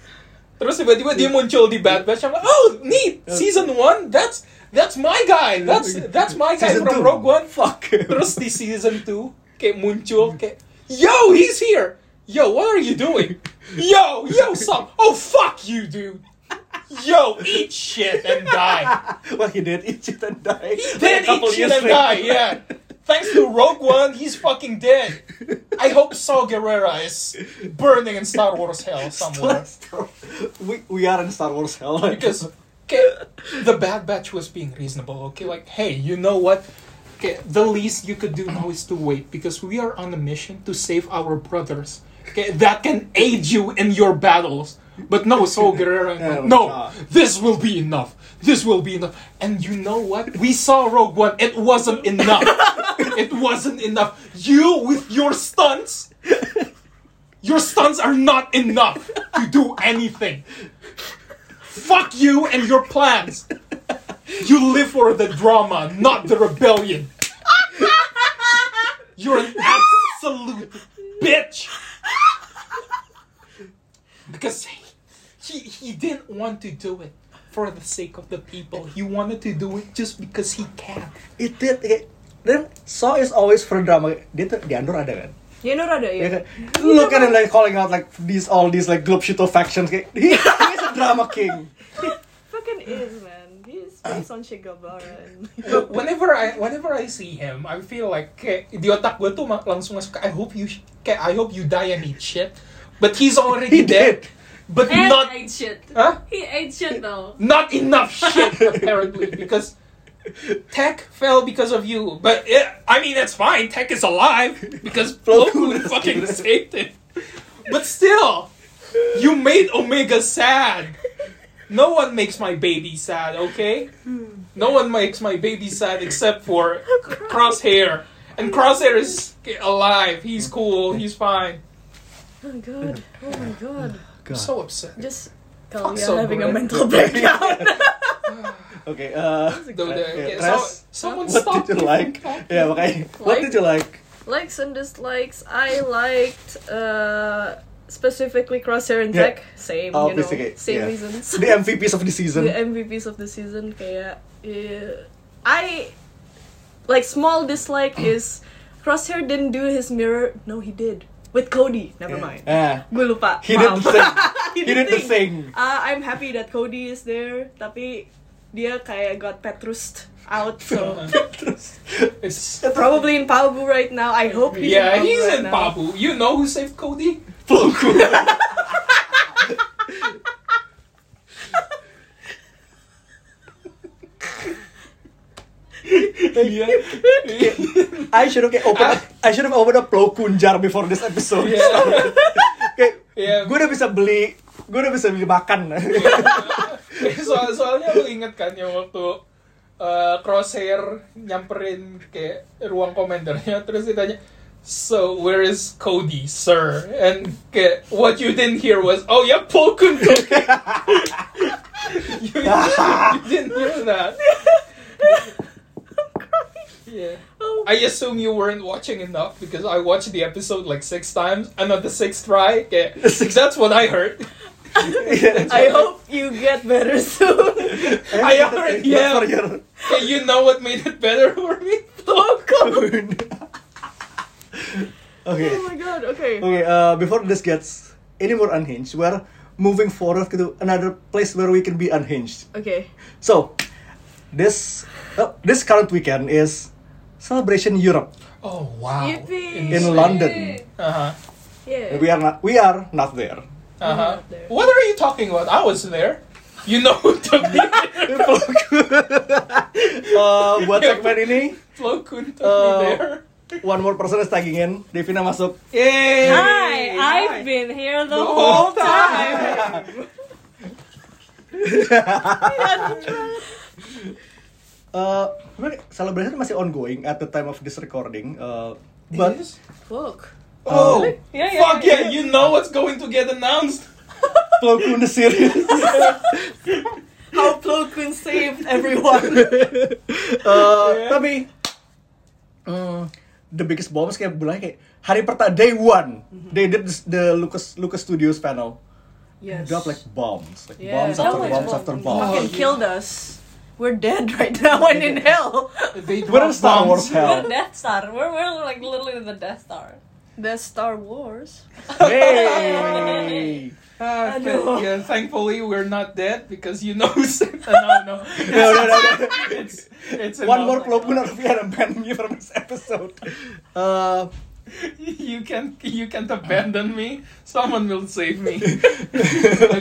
S2: Terus tiba-tiba dia muncul di Bad Batch. I'm like, oh neat, season one. That's that's my guy. That's that's my guy
S1: Season two.
S2: from Rogue One. Fuck. Terus di season two kayak muncul kayak, yo, he's here. Yo, what are you doing? Yo, yo, some. Oh fuck you, dude. Yo, eat shit and die.
S1: Well, he did eat shit and die. He
S2: Then eat shit and die. Yeah. Thanks to Rogue One, he's fucking dead. I hope Saw Gerrera is burning in Star Wars hell somewhere.
S1: we, we are in Star Wars hell. right
S2: because
S1: now.
S2: okay, the Bad Batch was being reasonable. Okay, like hey, you know what? Okay, the least you could do now is to wait because we are on a mission to save our brothers. Okay, that can aid you in your battles. But no, Saul Guerrero, no, this will be enough. This will be enough. And you know what? We saw Rogue One. It wasn't enough. it wasn't enough. You with your stunts. Your stunts are not enough to do anything. Fuck you and your plans. You live for the drama, not the rebellion. You're an absolute bitch. Because he, he, he didn't want to do it for the sake of the people. He wanted to do it just because he can.
S1: It did. Kayak, then Saw is always for drama. Dia tuh di Andor ada kan?
S3: Ya Nur ada
S1: Ya
S3: ya.
S1: kan? Look at him like calling out like these all these like globshito factions. Kayak, he, he's a drama king.
S3: Fucking is man. He's based on Shigabara. and-
S2: But whenever I whenever I see him, I feel like kayak, di otak gue tuh ma- langsung masuk I hope you kayak, I hope you die and eat shit. But he's already
S1: He did.
S2: dead. But
S10: And
S2: not
S10: ate shit.
S2: Huh?
S10: He ate shit though.
S2: not enough shit apparently because Tech fell because of you. But eh, I mean that's fine. Tech is alive because Goku fucking saved it. But still, you made Omega sad. No one makes my baby sad, okay? No one makes my baby sad except for Crosshair. And Crosshair is alive. He's cool. He's fine.
S3: Oh my god. Oh my god.
S2: I'm so upset.
S3: Just kalau
S2: Fuck
S3: you're
S2: so
S3: having a
S2: great.
S3: mental breakdown.
S1: Oke, eh
S2: Though the- okay,
S1: Res,
S2: so- someone
S1: what
S2: stop
S1: did you
S2: me.
S1: like? Ya makanya, what
S3: Like?
S1: did you like?
S3: Likes and dislikes. I liked uh, specifically Crosshair and
S1: Yeah.
S3: Tech. Same,
S1: Oh,
S3: you know,
S1: basically,
S3: same
S1: yeah.
S3: reasons.
S1: The MVPs of the season.
S3: the MVPs of the season kayak eh, I like small dislike is Crosshair didn't do his mirror no he did with Cody never mind
S1: Ah,
S3: gue lupa
S1: he did the
S3: maaf.
S1: thing. He
S3: He
S1: did
S3: did
S1: the thing.
S3: Uh, I'm happy that Cody is there tapi dia kayak got Petrused out so
S1: Terus,
S2: It's
S3: probably in Pabu right now I hope he's
S2: yeah,
S3: in Pabu
S2: he's
S3: right
S2: in
S3: now.
S2: Babu. You know who saved Cody?
S1: Goku.
S2: yeah.
S1: I should have kayak open up, I should have opened up Plo Kunjar before this episode.
S2: yeah.
S1: Kayak,
S2: Yeah.
S1: gue udah bisa beli, gue udah bisa beli makan.
S2: Soal soalnya lu inget kan yang waktu uh, Crosshair nyamperin ke ruang komendernya terus ditanya So where is Cody, sir? And ke, what you didn't hear was, oh yeah, Polkun. you, you didn't hear that. Yeah. I assume you weren't watching enough because I watched the episode like six times, and on the sixth try, ke, that's what I heard.
S3: I hope you get better soon
S2: I already
S1: Not for
S2: am.
S1: your
S2: Hey, you know what made it better for me? Local.
S1: own. Oke.
S3: oh my god okay
S1: Okay, uh, before this gets any more unhinged, we're moving forward to another place where we can be unhinged.
S3: okay
S1: So, this uh, this current weekend is Celebration Europe
S2: Oh wow!
S3: Yippee.
S1: in London.
S2: Uh huh.
S3: yeah
S1: We are not we are not there.
S2: Uh huh.
S3: not there.
S2: What are you talking about? I was there. You know who took me?
S1: Uh, buat segmen ini,
S2: Flo Kun
S1: Uh,
S2: took me there.
S1: one more person is tagging in. Devina masuk.
S2: Yay!
S10: Hi, I've been here the
S2: whole
S10: whole time.
S1: Uh, celebration masih ongoing at the time of this recording. Uh, Eh, but
S2: Yes.
S3: fuck
S2: Oh,
S3: Yeah, yeah,
S2: fuck yeah, you know what's going to get announced.
S1: Plo Koon the series.
S3: How Plo Koon saved everyone.
S1: Uh, Tapi mm, the biggest bombs kayak bulan kayak hari pertama day one they did this- the Lucas Lucas Studios panel.
S3: yes.
S1: Drop like bombs, like
S3: Yeah.
S1: bombs after
S3: That was
S1: bombs after bombs.
S3: Fucking killed us. We're dead right now and in hell.
S2: They
S1: We're in
S2: dropped
S1: Star Wars
S2: bombs.
S1: hell.
S10: We're Death Star. We're, we're like literally the Death Star.
S3: That's Star Wars.
S1: Hey!
S2: Ah,
S3: I
S2: thank-
S3: know.
S2: yeah, thankfully we're not dead because you know. no, no,
S1: No, no, no, no.
S2: It's it's
S1: One more Plo
S2: enough.
S1: Koon out of here and ban me from this episode. Uh,
S2: You can you can't abandon me. Someone will save me.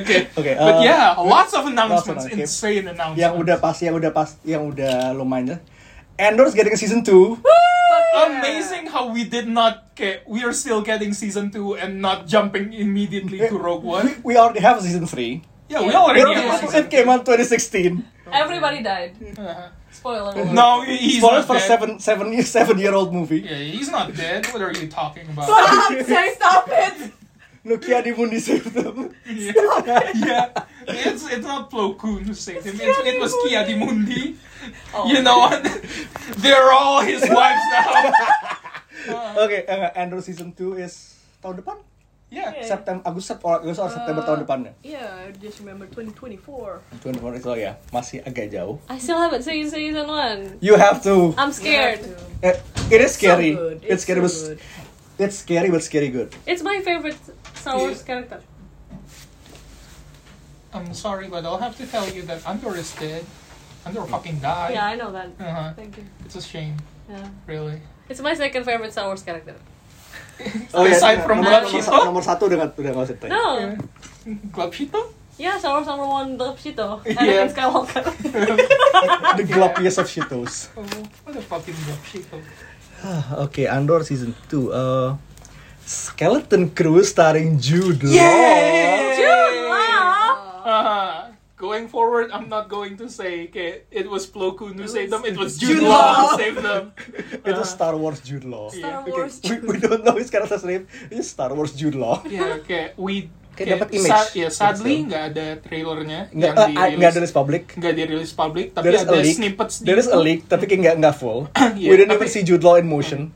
S2: okay.
S1: Okay, uh,
S2: but yeah, lots of
S1: lots of
S2: announcements.
S1: announcements.
S2: Insane announcements.
S1: yang udah pas, yang udah pas, yang udah lumayan. Endor's getting a season 2.
S2: Amazing how we did not get. We are still getting season two and not jumping immediately to Rogue One.
S1: We already have a season 3.
S2: Yeah, we already
S1: It, it-
S2: have season
S1: it came out 2016.
S10: Everybody died.
S3: Uh-huh.
S10: Spoiler alert.
S2: No, he- he's
S1: Spoiled
S2: not
S1: for
S2: dead.
S1: seven, seven, seven year old movie.
S2: Yeah, he's not dead. What are you talking about?
S3: Say stop it!
S1: Nokia di Mundi saved them.
S2: yeah. yeah, it's it's not Plo Koon who saved him. It's, it was Kia Di Mundi.
S1: Oh.
S2: You know what? They're all his wives now.
S1: Oke, eh, Android season 2 is tahun depan?
S2: Yeah.
S1: September Agustus or Agustus or September
S3: Uh,
S1: tahun depan ya?
S3: Yeah, I just remember 2024.
S1: 24 itu ya, masih agak jauh.
S10: I still haven't seen season one.
S1: You have to.
S10: I'm scared.
S1: Eh, it is scary.
S3: Uh, So good.
S1: It's, scary,
S3: so
S1: but
S3: good.
S1: it's scary but scary good.
S10: It's my favorite Star Wars character.
S2: I'm sorry, but I'll have to tell you that Andor is dead. Andor fucking died.
S10: Yeah, I know that.
S2: Uh-huh.
S10: Thank you.
S2: It's a shame,
S10: Yeah.
S2: really.
S10: It's my second favorite Star Wars character.
S2: Aside from
S1: nomor,
S2: Black
S1: nomor,
S2: Sheep.
S1: nomor satu udah nggak udah nggak usah ditanya.
S10: No.
S2: Yeah. Glabshito?
S10: Yeah, Star Wars number one, the Shito.
S2: Yeah.
S10: Anakin Skywalker.
S1: The Gloppiest of Shitos.
S2: Oh, what a fucking Glabshito.
S1: Oke, Andor season 2. Uh, Skeleton Crew starring Jude Law.
S2: Jude Uh-huh. Going forward, I'm not going to say okay, it was Plo Koon who saved them. It was Jude,
S1: Jude
S2: Law
S1: Law.
S2: who saved them.
S1: Itu Star Wars Jude Law.
S10: Star
S1: Okay,
S10: Wars.
S1: we, we don't know his character's name. It's Star Wars Jude Law.
S2: Yeah, okay. We
S1: Kayak dapat image.
S2: sad- yeah, sadly
S1: Betul.
S2: nggak ada trailernya
S1: Nggak
S2: yang
S1: eh,
S2: dirilis.
S1: nggak ada list public.
S2: nggak dirilis public, tapi
S1: There is
S2: ada
S1: a leak.
S2: snippets.
S1: There is a leak, tapi kayak nggak nggak full.
S2: Yeah,
S1: We didn't even
S2: tapi-
S1: see Jude Law in motion.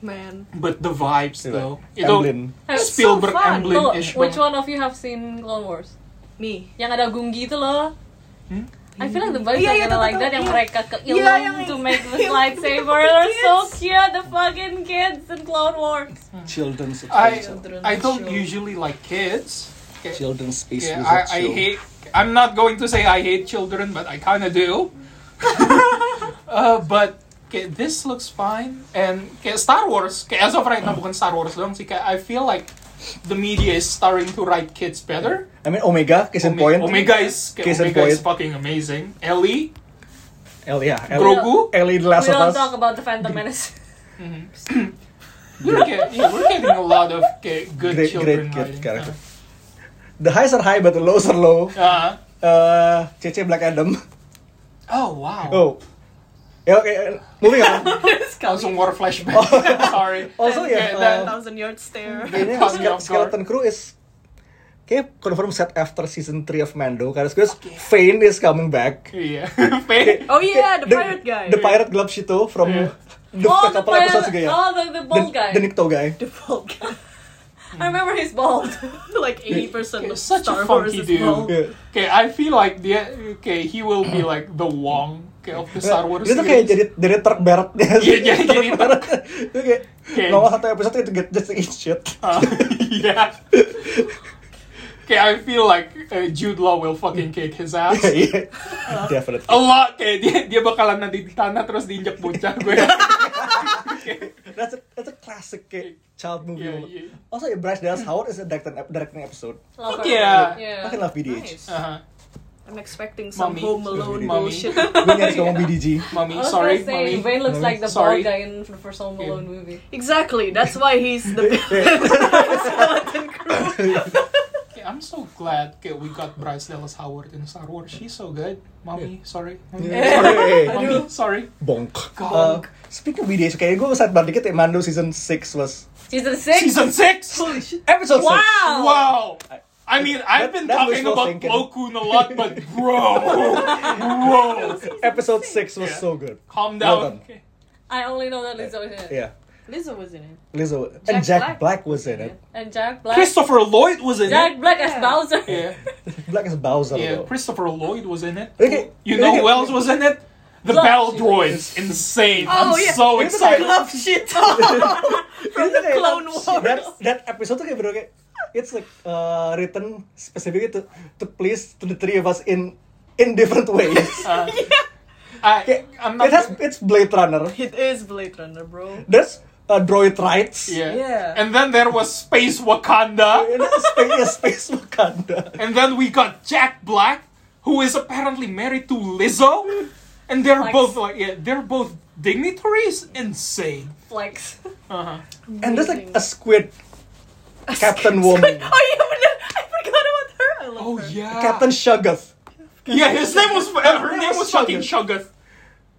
S3: Man.
S2: But the vibes though, itu
S1: Emblem.
S10: It's so
S2: Spielberg
S10: fun.
S2: Emblem ish.
S10: Tuh, Which one of you have seen Clone Wars?
S3: Me.
S10: Yang ada Gunggi itu loh.
S2: Hmm?
S10: I feel like the vibes
S3: Iya,
S10: are
S3: iya,
S10: gonna
S3: tahu,
S10: like
S3: tahu,
S10: that yang
S3: iya.
S10: mereka ke
S3: Iya,
S10: Ilum
S3: yang-
S10: to make the
S3: Ilum.
S10: lightsaber. They're so cute, the fucking kids in Clone Wars.
S1: Children's
S2: Hmm. I
S1: space.
S2: I don't usually like kids. Okay.
S1: Children's space.
S2: Okay,
S1: wizard
S2: I, I
S1: show.
S2: hate. I'm not going to say I hate children, but I kind of do. uh, but okay, this looks fine. And okay, Star Wars, okay, as of right
S1: Ah.
S2: now, bukan Star Wars doang sih. kayak I feel like the media is starting to write kids better.
S1: I mean Omega, case in
S2: Ome-
S1: point.
S2: Omega is okay,
S1: Case in
S2: Omega
S1: point.
S2: is fucking amazing. Ellie,
S1: El, yeah, El,
S2: Grogu.
S1: Ellie the
S10: We
S1: Last of Us.
S10: don't talk about the Phantom Menace.
S2: We're, get- yeah, we're getting a lot of okay, good
S1: Great,
S2: children
S1: great
S2: writing.
S1: kid character. The highs are high, but the lows are low.
S2: Uh,
S1: Uh, CC Black Adam.
S2: oh wow.
S1: Oh. Yeah, okay, uh, moving on.
S2: Langsung war flashback. Sorry.
S1: Also, yeah, uh,
S2: Okay, then-
S3: Thousand yard stare.
S1: Kayaknya
S2: Caught me
S1: Skele-
S2: off guard.
S1: Skeleton Crew is kayak confirm set after season 3 of Mando karena sekarang Fane is coming back.
S2: Yeah. Faye-
S3: Oh yeah, the pirate guy.
S1: The pirate gloves itu from the
S10: Oh, the,
S1: couple
S10: pale-
S1: episodes ago ya.
S10: oh, the, the bald
S1: the,
S10: guy.
S1: the Nikto guy.
S3: The bald guy.
S10: I remember he's bald.
S3: like 80% of
S2: He's such a
S3: Star Wars
S2: funky
S3: is
S2: dude.
S3: bald.
S1: Yeah.
S2: Okay, I feel like the okay he will be like the Wong okay, of the Star Wars.
S1: Dia tuh kayak jadi
S2: series.
S1: dari Turk Barat dia.
S2: Iya, jadi-
S1: Turk
S2: jadi-
S1: Barat. Itu kayak
S2: Kayak-
S1: nomor satu episode itu get just eat shit.
S2: Uh, yeah. Okay, I feel like uh, Jude Law will fucking kick his ass.
S1: Iya. Definitely.
S2: A lot kayak dia dia bakalan nanti di tanah terus diinjak bocah gue.
S1: That's a, that's a classic kayak child movie.
S2: Yeah,
S1: moment.
S2: yeah.
S1: Also, Bryce Dallas Howard is a directing, directing episode.
S10: Love her.
S2: yeah.
S10: Yeah.
S1: Fucking love BDH.
S3: Nice.
S2: Uh-huh.
S3: I'm expecting some
S2: Mommy.
S3: Home Alone
S2: Mommy.
S3: bullshit.
S1: Gue nyari ngomong BDG.
S2: Mommy,
S10: I was
S2: sorry,
S10: gonna say,
S2: mommy.
S10: Vane looks like the
S2: Sorry.
S10: bald guy in the first Home Alone movie.
S3: exactly, that's why he's the skeleton crew.
S2: Okay, I'm so glad okay, we got Bryce Dallas Howard in Star Eh, Wars. She's so good. Mommy, sorry. Mommy, sorry.
S1: Hey.
S2: Mommy, sorry.
S1: Bonk. Eh,
S2: God.
S1: Speaking of BDS, kayaknya gue saat dikit ya, Mando season 6 was
S3: Season 6?
S2: Season 6?
S3: Holy shit.
S1: Episode
S3: wow.
S1: 6!
S2: Wow! I mean, I've been
S1: that
S2: talking
S1: wishful
S2: about
S1: thinking.
S2: Plo Koon a lot, but bro, bro,
S1: Episode 6 was so good.
S2: calm
S1: Well
S2: down.
S1: done.
S10: I only know that Lizzo is in it.
S1: Yeah.
S3: Lizzo was in it.
S1: Lizzo. and Jack Black. was in it.
S10: And Jack Black.
S2: Christopher Lloyd was in
S10: Jack
S2: it.
S10: Black as Bowser.
S2: Yeah,
S1: Black is Bowser.
S2: yeah.
S1: though.
S2: Christopher Lloyd was in it.
S1: Okay,
S2: You know
S1: okay.
S2: who else was in it? The
S10: Love
S2: Battle
S10: Shit.
S2: Droids. Insane. I'm
S3: Oh, yeah.
S2: so excited.
S1: Love
S3: shit.
S1: From the
S3: Clone Wars.
S1: That, that episode tuh kayak bener kayak it's like uh, written specifically to to please to the three of us in in different ways.
S2: Uh, I,
S1: Kayak,
S2: I'm
S1: it
S2: not.
S1: has it's Blade Runner.
S3: It is Blade Runner, bro.
S1: There's uh, droid rights.
S2: yeah.
S3: Yeah.
S2: And then there was Space Wakanda.
S1: And space, yeah, space Wakanda.
S2: And then we got Jack Black, who is apparently married to Lizzo. And they're both like, yeah, they're both dignitaries. Insane.
S3: Flex.
S1: And there's like a squid Captain Woman.
S3: Oh yeah, bener. I forgot about her. I love
S2: Oh
S3: her.
S2: yeah.
S1: Captain Shuggoth.
S2: Yeah, his name was her name was fucking Shoggoth.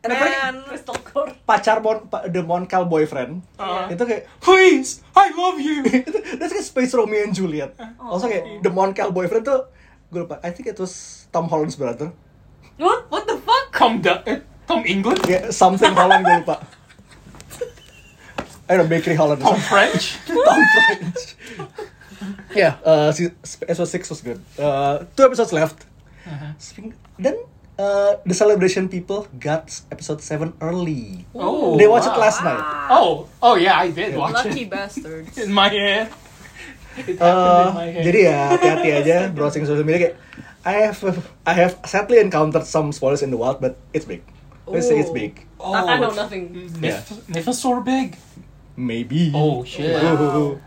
S1: And apparently
S3: And
S10: Crystal Core.
S1: pacar Mon, pa, the Moncal boyfriend.
S2: Uh-huh.
S1: Itu kayak
S2: Please, I love you.
S1: itu that's kayak Space Romeo and Juliet. Also kayak the Moncal boyfriend tuh gue lupa. I think it was Tom Holland's brother.
S3: what? What the fuck?
S2: Come da- eh, Tom England,
S1: Yeah, something Holland gue lupa. I don't know, Bakery Holland.
S2: Tom French.
S1: Tom French. yeah, uh, se- sp- episode 6 was good. Uh, two episodes left. Speaking- Then uh, the celebration people got s- episode 7 early.
S2: Oh,
S1: they watched
S2: wow.
S1: it last night.
S2: Oh, oh yeah, I did watch
S3: Lucky
S2: it
S3: bastards.
S2: in my head. It happened
S1: Uh,
S2: in my head.
S1: jadi ya hati-hati aja browsing social media kayak I have I have sadly encountered some spoilers in the wild but it's big. Let's say it's
S3: Oh.
S1: big.
S2: oh,
S10: I know nothing.
S2: Myth- Mythosaur big.
S1: Maybe.
S2: Oh shit.
S1: Aduh,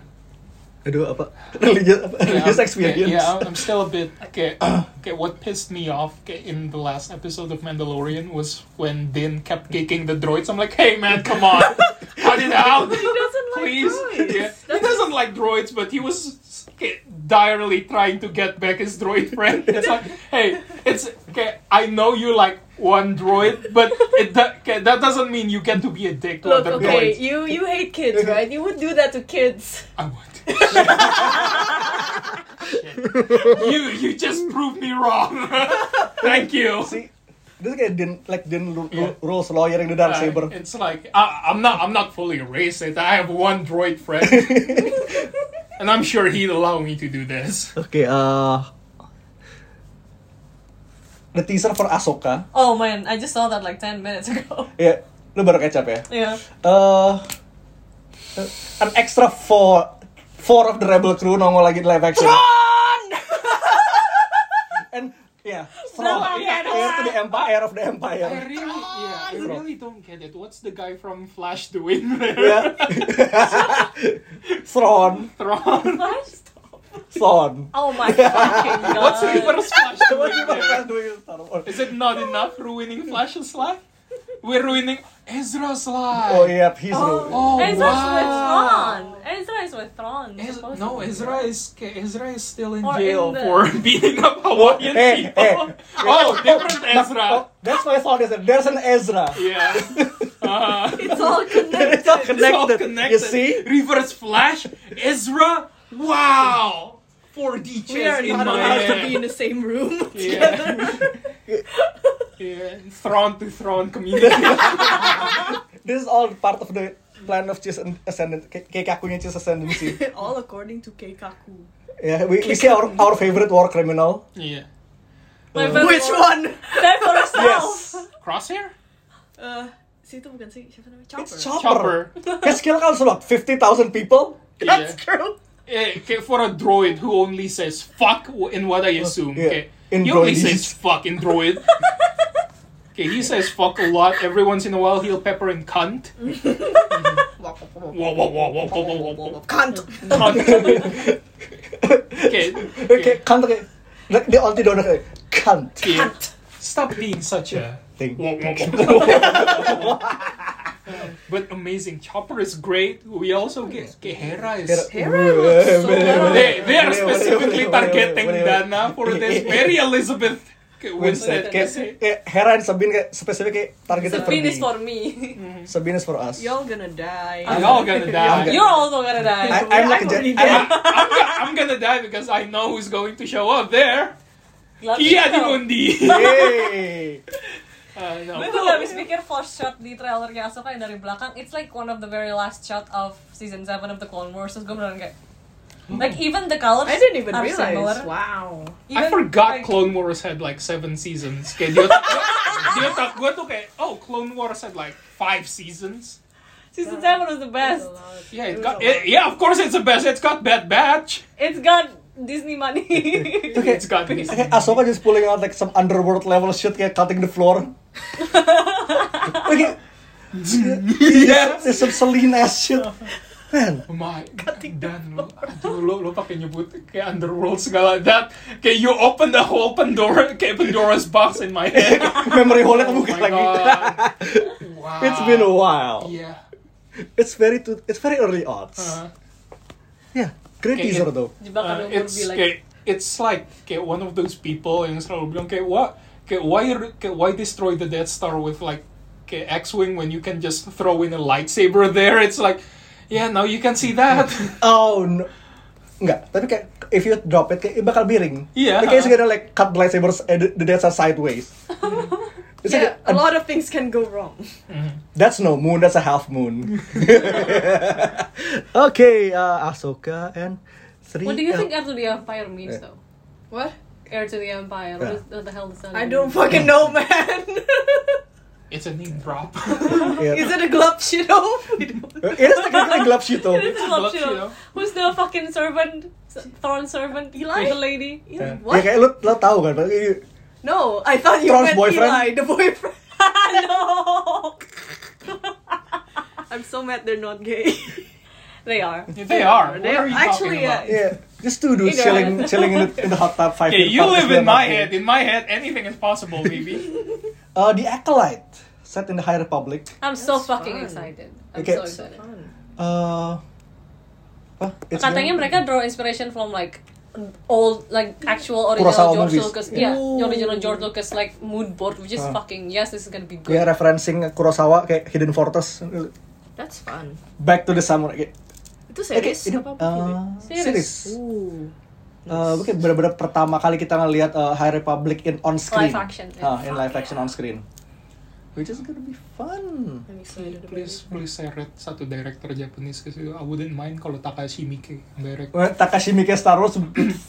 S1: aduh apa religious apa,
S2: Yeah,
S1: religious
S2: I'm-
S1: experience.
S2: Yeah, I'm- I'm still a bit okay. Okay, what pissed me off okay, in the last episode of Mandalorian was when Din kept kicking the droids. I'm like, hey man, come on, cut it out.
S3: He doesn't like
S2: Please,
S3: droids.
S2: Yeah. he doesn't like droids, but he was okay, direly trying to get back his droid friend. It's like, hey, it's okay. I know you like one droid, but it do- okay, that doesn't mean you get to be a dick to
S3: Look,
S2: other
S3: okay,
S2: droids.
S3: you you hate kids, right? You would do that to kids.
S2: I would. you you just proved me wrong. Thank you.
S1: See, this kayak Din like Din Ru- Ru-
S2: Yeah.
S1: Rules lawyer in the dark
S2: Uh,
S1: saber.
S2: it's like I, I'm not I'm not fully racist. I have one droid friend, and I'm sure he'd allow me to do this.
S1: Oke, eh, the teaser for Ahsoka.
S3: Oh man, I just saw that like 10 minutes ago.
S1: Ya, lu baru kecap ya.
S3: Yeah.
S1: Eh, an extra four four of the rebel crew nongol lagi di live action. And yeah, strong.
S2: yeah,
S1: Heir to the empire of the empire.
S2: I really, yeah, I really don't get it. What's the guy from Flash doing
S1: Ya.
S2: there?
S1: Thrawn,
S2: Thrawn.
S1: Thrawn.
S3: Oh my fucking god.
S2: What's Reaper's Flash doing there?
S1: Oh
S2: Is it not enough ruining Flash's life? We're ruining Ezra's
S1: Oh,
S2: life.
S1: iya, he's
S2: Oh,
S10: Ezra's
S2: wow.
S10: with Thrawn. Ezra is with Thrawn.
S2: Ez-
S10: supposedly.
S2: no, Ezra is Ezra is still in
S10: Or
S2: jail
S10: in the-
S2: for beating up Hawaiian
S1: Oh, Hey,
S2: people.
S1: hey.
S2: Oh, different
S1: Oh,
S2: Ezra.
S1: that's why I saw this. There's an Ezra.
S2: Yeah, uh,
S3: It's all connected.
S1: It's all
S2: it's all
S1: connected.
S2: connected.
S1: You see?
S2: Reverse Flash, Ezra. Wow, 4D
S3: We
S2: chess
S3: are
S2: in
S3: not
S2: my
S3: allowed to
S2: head.
S3: be in the same room
S2: Yeah.
S3: together.
S2: yeah, Thrawn to Thrawn community.
S1: This is all part of the plan of Cheese Ascendant, Ke- Keikakunya Cheese Ascendancy.
S3: All according to Keikaku.
S1: yeah, we, we see our, our favorite war criminal.
S2: yeah,
S10: My favorite
S3: Which one?
S10: Stand for yourself.
S1: Yes,
S2: Crosshair,
S3: Uh, si itu bukan si siapa namanya? Chopper.
S1: it's Chopper. kan
S2: Chopper.
S1: His kill counts what? 50,000 people? Kan?
S2: Yeah.
S3: true.
S2: Eh, okay, for a droid who only says fuck w- in what I assume.
S1: Yeah.
S2: Okay.
S1: In
S2: he only
S1: droidies.
S2: says fuck in droid. okay, he says fuck a lot. Every once in a while he'll pepper in cunt. Wah, wah, wah, wah, wah, wah, wah, wah. Cunt.
S3: Can't.
S2: okay.
S1: Okay, cunt. Okay. Like the anti donor eh, kayak, cunt.
S2: yeah. Stop being such a
S1: Thing.
S2: Wah, wah, wah, wah, wah. But amazing. Chopper is great. We also get okay, Hera is
S1: Hera.
S2: they, they are specifically targeting Dana for this Mary Elizabeth Kayak
S1: Winstead. Kayak,
S2: Winstead.
S1: kayak heran Sabine kayak spesifik kayak targeted for
S10: Sabine is
S1: me.
S10: for me.
S1: Sabine is for us.
S3: Y'all gonna die.
S2: I'm all gonna die.
S10: You're also gonna die.
S1: I, I'm like a Jedi.
S3: already dead.
S1: I'm-
S2: I'm, go- I'm gonna die because I know who's going to show up there.
S10: Love
S2: Kia
S10: yourself.
S2: Dimundi.
S1: Yay.
S2: Uh, no.
S10: Gue juga habis mikir first shot di trailernya Ahsoka yang dari belakang It's like one of the very last shot of season 7 of the Clone Wars Terus gue beneran kayak Like even the colors
S3: I didn't even
S10: are
S3: realize.
S10: similar.
S3: Wow.
S10: Even,
S2: I forgot
S10: like,
S2: Clone Wars had like seven seasons. Kayak di otak gue, di otak gue tuh kayak, oh Clone Wars had like five seasons.
S10: Season 7 was the best
S2: Yeah, it got, it- yeah, of course it's the best. It's got Bad Batch.
S10: It's got Disney money
S2: It's got this.
S1: Kayak Ahsoka just pulling out like some underworld level shit kayak cutting the floor. Like,
S2: Yes.
S1: there's some Selena ass shit. Man,
S2: My, dan lu, aduh lu, lu pakai nyebut kayak underworld segala that. Kayak you open the whole Pandora, kayak Pandora's box in my head.
S1: memory hole-nya
S2: Oh
S1: kebuka
S2: my
S1: lagi.
S2: God. Wow.
S1: It's been a while.
S2: Yeah.
S1: It's very too, it's very early odds.
S2: Uh,
S1: Yeah, great
S2: Kayak-
S1: teaser though.
S2: Uh,
S10: Jebakan umur
S2: it's
S10: be like
S2: kayak it's like kayak one of those people yang selalu bilang kayak what kayak why kayak why destroy the Death Star with like kayak X-wing when you can just throw in a lightsaber there it's like yeah now you can see that
S1: Oh no. Enggak, tapi kayak if you drop it kayak bakal miring.
S2: Iya.
S1: Like, Kayak segala like cut the lightsabers eh, the, the deads are sideways. It's
S3: Yeah,
S1: like,
S3: a lot of things can go wrong.
S1: that's no moon, that's a half moon. okay, uh, Ahsoka and three.
S10: What do you
S1: uh,
S10: think Heir to the Empire means though?
S3: What?
S10: Heir to the Empire, what, is, what the hell does that
S3: I
S10: mean?
S3: don't fucking know, man.
S2: it's a name drop
S1: yeah.
S3: Is it a glove shito? We don't know.
S1: It is like a like glove shit though.
S10: It's a love show. Who's the fucking servant? Thorn servant? Eli? The lady?
S1: Yeah.
S3: What?
S1: Ya kayak lo, lo tau kan, tapi-
S3: No, I thought you
S1: Thron's
S3: meant
S1: boyfriend?
S3: Eli, the boyfriend.
S10: no!
S3: I'm so mad they're not gay.
S10: They are.
S2: they are what
S3: They are
S2: are you
S3: actually,
S2: talking
S3: uh,
S2: about
S1: yeah, just two dudes
S3: Either.
S1: chilling, chilling in the, in the hot tub five
S2: Okay,
S1: minute
S2: you
S1: part,
S2: live
S1: terus
S2: in
S1: dia
S2: my
S1: mati.
S2: head. In my head, anything is possible, baby.
S1: Uh, the acolyte set in the High Republic.
S10: I'm so fucking
S3: fun.
S10: excited. I'm
S1: Okay.
S10: so excited.
S1: Uh, huh? It's
S10: Katanya
S1: been-
S10: mereka draw inspiration from like old like actual original
S1: Kurosawa
S10: George
S1: movies. Ah.
S10: Lucas.
S1: Yeah.
S10: Yeah, original George Lucas like mood board which is fucking yes, this is gonna be good.
S1: Kayak referencing Kurosawa kayak Hidden Fortress
S3: That's fun.
S1: Back to the Samurai kayak
S3: Itu
S1: eh, kayak
S3: series
S1: ini,
S3: apa?
S1: uh,
S10: gitu ya? Series.
S1: series
S3: Ooh.
S1: Eh, mungkin benar-benar pertama kali kita ngelihat eh, High Republic in on screen
S10: Live action,
S1: Ah,
S10: yeah.
S1: in live action on screen which is gonna be fun
S3: I'm excited about it.
S2: Please, please seret satu director Japanese ke situ. I wouldn't mind kalau Takashi Miike direct.
S1: Well, Takashi Miike Star Wars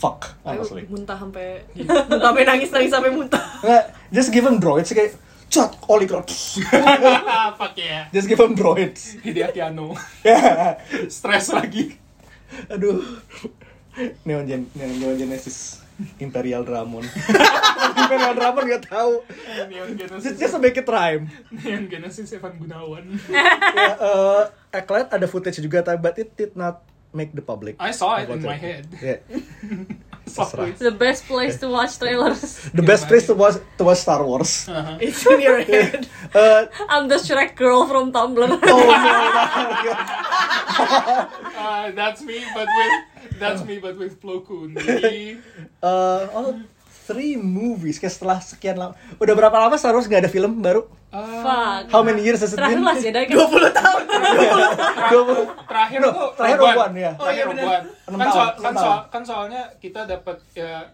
S1: fuck
S3: Ayo,
S1: honestly
S3: muntah sampai muntah sampai nangis nangis sampai muntah.
S1: Eh, just give him droids kayak cut all
S2: Fuck yeah.
S1: just give him droids
S2: Hideaki Anno.
S1: Yeah.
S2: Stress lagi.
S1: aduh Neon, Gen Neon, Neon Genesis Imperial Dramon Imperial Dramon gak tahu
S2: Neon
S1: just,
S2: Genesis,
S1: just make it rhyme
S2: Neon Genesis Evan Gunawan.
S1: ya, eh, Acolyte ada footage juga tapi but it did not make the public.
S2: I saw it in
S1: Watch
S2: my head.
S1: Yeah.
S2: Sorry.
S10: The best place to watch trailers.
S1: The best place to watch to watch Star Wars.
S2: Uh-huh.
S3: It's in your head.
S1: Eh,
S10: I'm the Shrek girl from Tumblr.
S1: oh no.
S2: Uh, that's me, but with that's me, but with Plo Koon. Jadi,
S1: Eh, oh, three movies kayak setelah sekian lama. Udah berapa lama Star Wars nggak ada film baru?
S10: Fuck.
S1: How many years has it
S10: Terakhir
S1: been?
S10: Last Jedi kan?
S1: 20 tahun.
S2: terakhir
S1: No,
S2: tuh
S1: terakhir
S2: Rogue
S1: Rogue
S2: One.
S1: One, ya.
S2: Terakhir
S3: Oh, iya
S2: Rogue
S3: benar.
S2: One.
S1: Enam
S2: Kan,
S1: tahun,
S2: soal, kan,
S1: enam
S2: soal,
S1: tahun.
S2: kan soalnya kita dapat ya,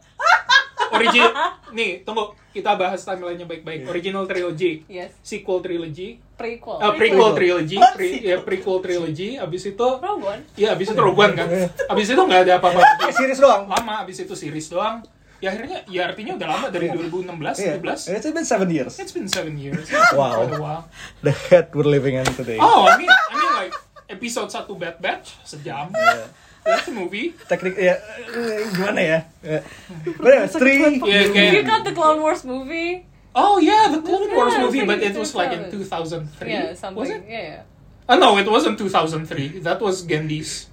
S2: origin. Nih, tunggu. Kita bahas timelinenya
S1: Iya.
S2: baik-baik. Original trilogy,
S10: Yes. Oh.
S2: sequel trilogy,
S10: Prequel.
S2: eh, prequel trilogy,
S1: What
S2: pre- ya, prequel trilogy. Abis itu,
S10: Rogue One.
S2: ya abis itu Rogue One kan.
S1: Iya.
S2: Abis itu nggak ada apa-apa. lagi.
S1: Kayak series doang.
S2: lama abis itu series doang ya akhirnya ya artinya udah lama
S1: Iya.
S2: dari 2016
S1: Yeah.
S2: 17
S1: It's been seven years.
S2: it's been seven years
S1: Iya. Wow.
S2: Quite a while.
S1: The head we're living in today.
S2: oh I mean I mean like episode 1 Bad Batch sejam that's a movie
S1: Teknik ya eh, gimana ya? Eh, Bener, three.
S2: yeah,
S10: You
S2: kayak,
S10: got the Clone Wars movie?
S2: oh yeah the Clone Wars
S10: Yeah, I
S2: movie
S10: think
S2: but it
S10: it's
S2: was like in 2003
S10: Yeah, something.
S2: was it?
S10: Yeah, yeah.
S2: oh no it wasn't 2003 that was Gandhi's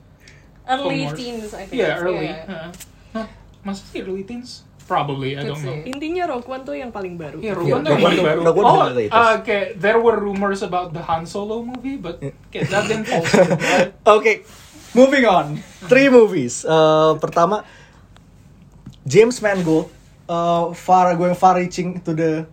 S2: Clone
S10: Early
S2: Wars.
S10: teens, I think.
S2: yeah
S10: it's-
S2: early
S10: yeah.
S2: Uh, no must be early teens probably I don't
S10: Let's
S2: know
S10: see.
S3: Intinya Rogue One tuh yang paling baru.
S1: Yeah,
S2: Yeah, Rogue One
S1: Rogue One-
S2: yang baru.
S1: Rogue One
S2: oh,
S1: is the latest.
S2: uh, okay. There were rumors about the Han Solo movie, but okay, that didn't fall through. right?
S1: Okay, moving on. Three movies. Uh, pertama, James Mangold uh, far going far reaching to the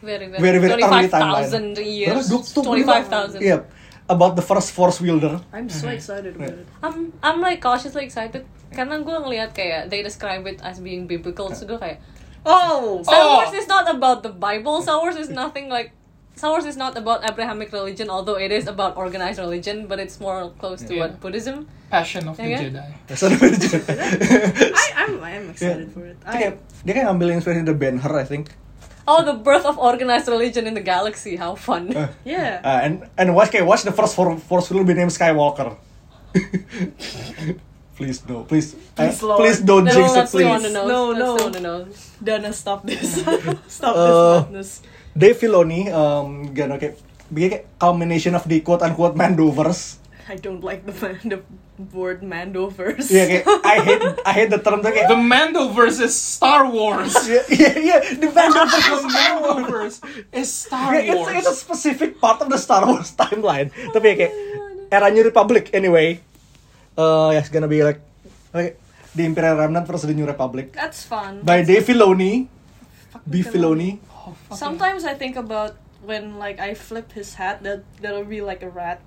S10: Very,
S1: very very early timeline.
S10: 25,000
S1: Berapa?
S10: years.
S1: Dua- dua puluh lima-
S10: 25,000.
S1: Yep. About the first force wielder.
S3: I'm so excited about it.
S10: I'm I'm like cautiously excited karena gue ngelihat kayak they describe it as being biblical so gue kayak
S3: oh
S10: Star
S2: Oh.
S10: Wars is not about the Bible Star Wars is nothing like Star Wars is not about Abrahamic religion although it is about organized religion but it's more close to
S2: Yeah.
S10: what Buddhism
S2: Passion of the
S10: Yeah.
S2: Jedi.
S1: Son of a bitch.
S3: I, I'm I'm excited
S1: Yeah.
S3: for it.
S1: Dia
S3: I,
S1: kayak- dia kayak ngambil inspirasi dari Banner, I think.
S10: oh the birth of organized religion in the galaxy how fun
S3: yeah.
S1: Uh, and and watch kayak watch the first for force will be named Skywalker. please no, please, eh,
S3: Please, Lord.
S1: please don't
S10: no
S1: jinx it,
S10: that's the one
S1: please.
S10: to know
S3: No,
S10: that's
S3: no.
S10: the one to know
S3: Dana, stop this. stop
S1: Uh,
S3: this madness.
S1: Dave Filoni, um, gano kayak dia kayak combination of the quote unquote Mandovers.
S3: I don't like the man, the word Mandoverse.
S1: Iya kayak I hate I hate the term tuh kayak
S2: The Mandoverse is Star Wars.
S1: Iya iya iya the Mandovers.
S2: the Mandoverse is Star
S1: Kayak it's,
S2: Wars.
S1: it's a specific part of the Star Wars timeline. Tapi ya kayak era New Republic anyway. Uh, yeah, it's gonna be like, like the Imperial Remnant versus the New Republic.
S10: that's fun
S1: by Dave Filoni, B Filoni.
S3: Sometimes I think about when like I flip his hat, that that'll be like a rat.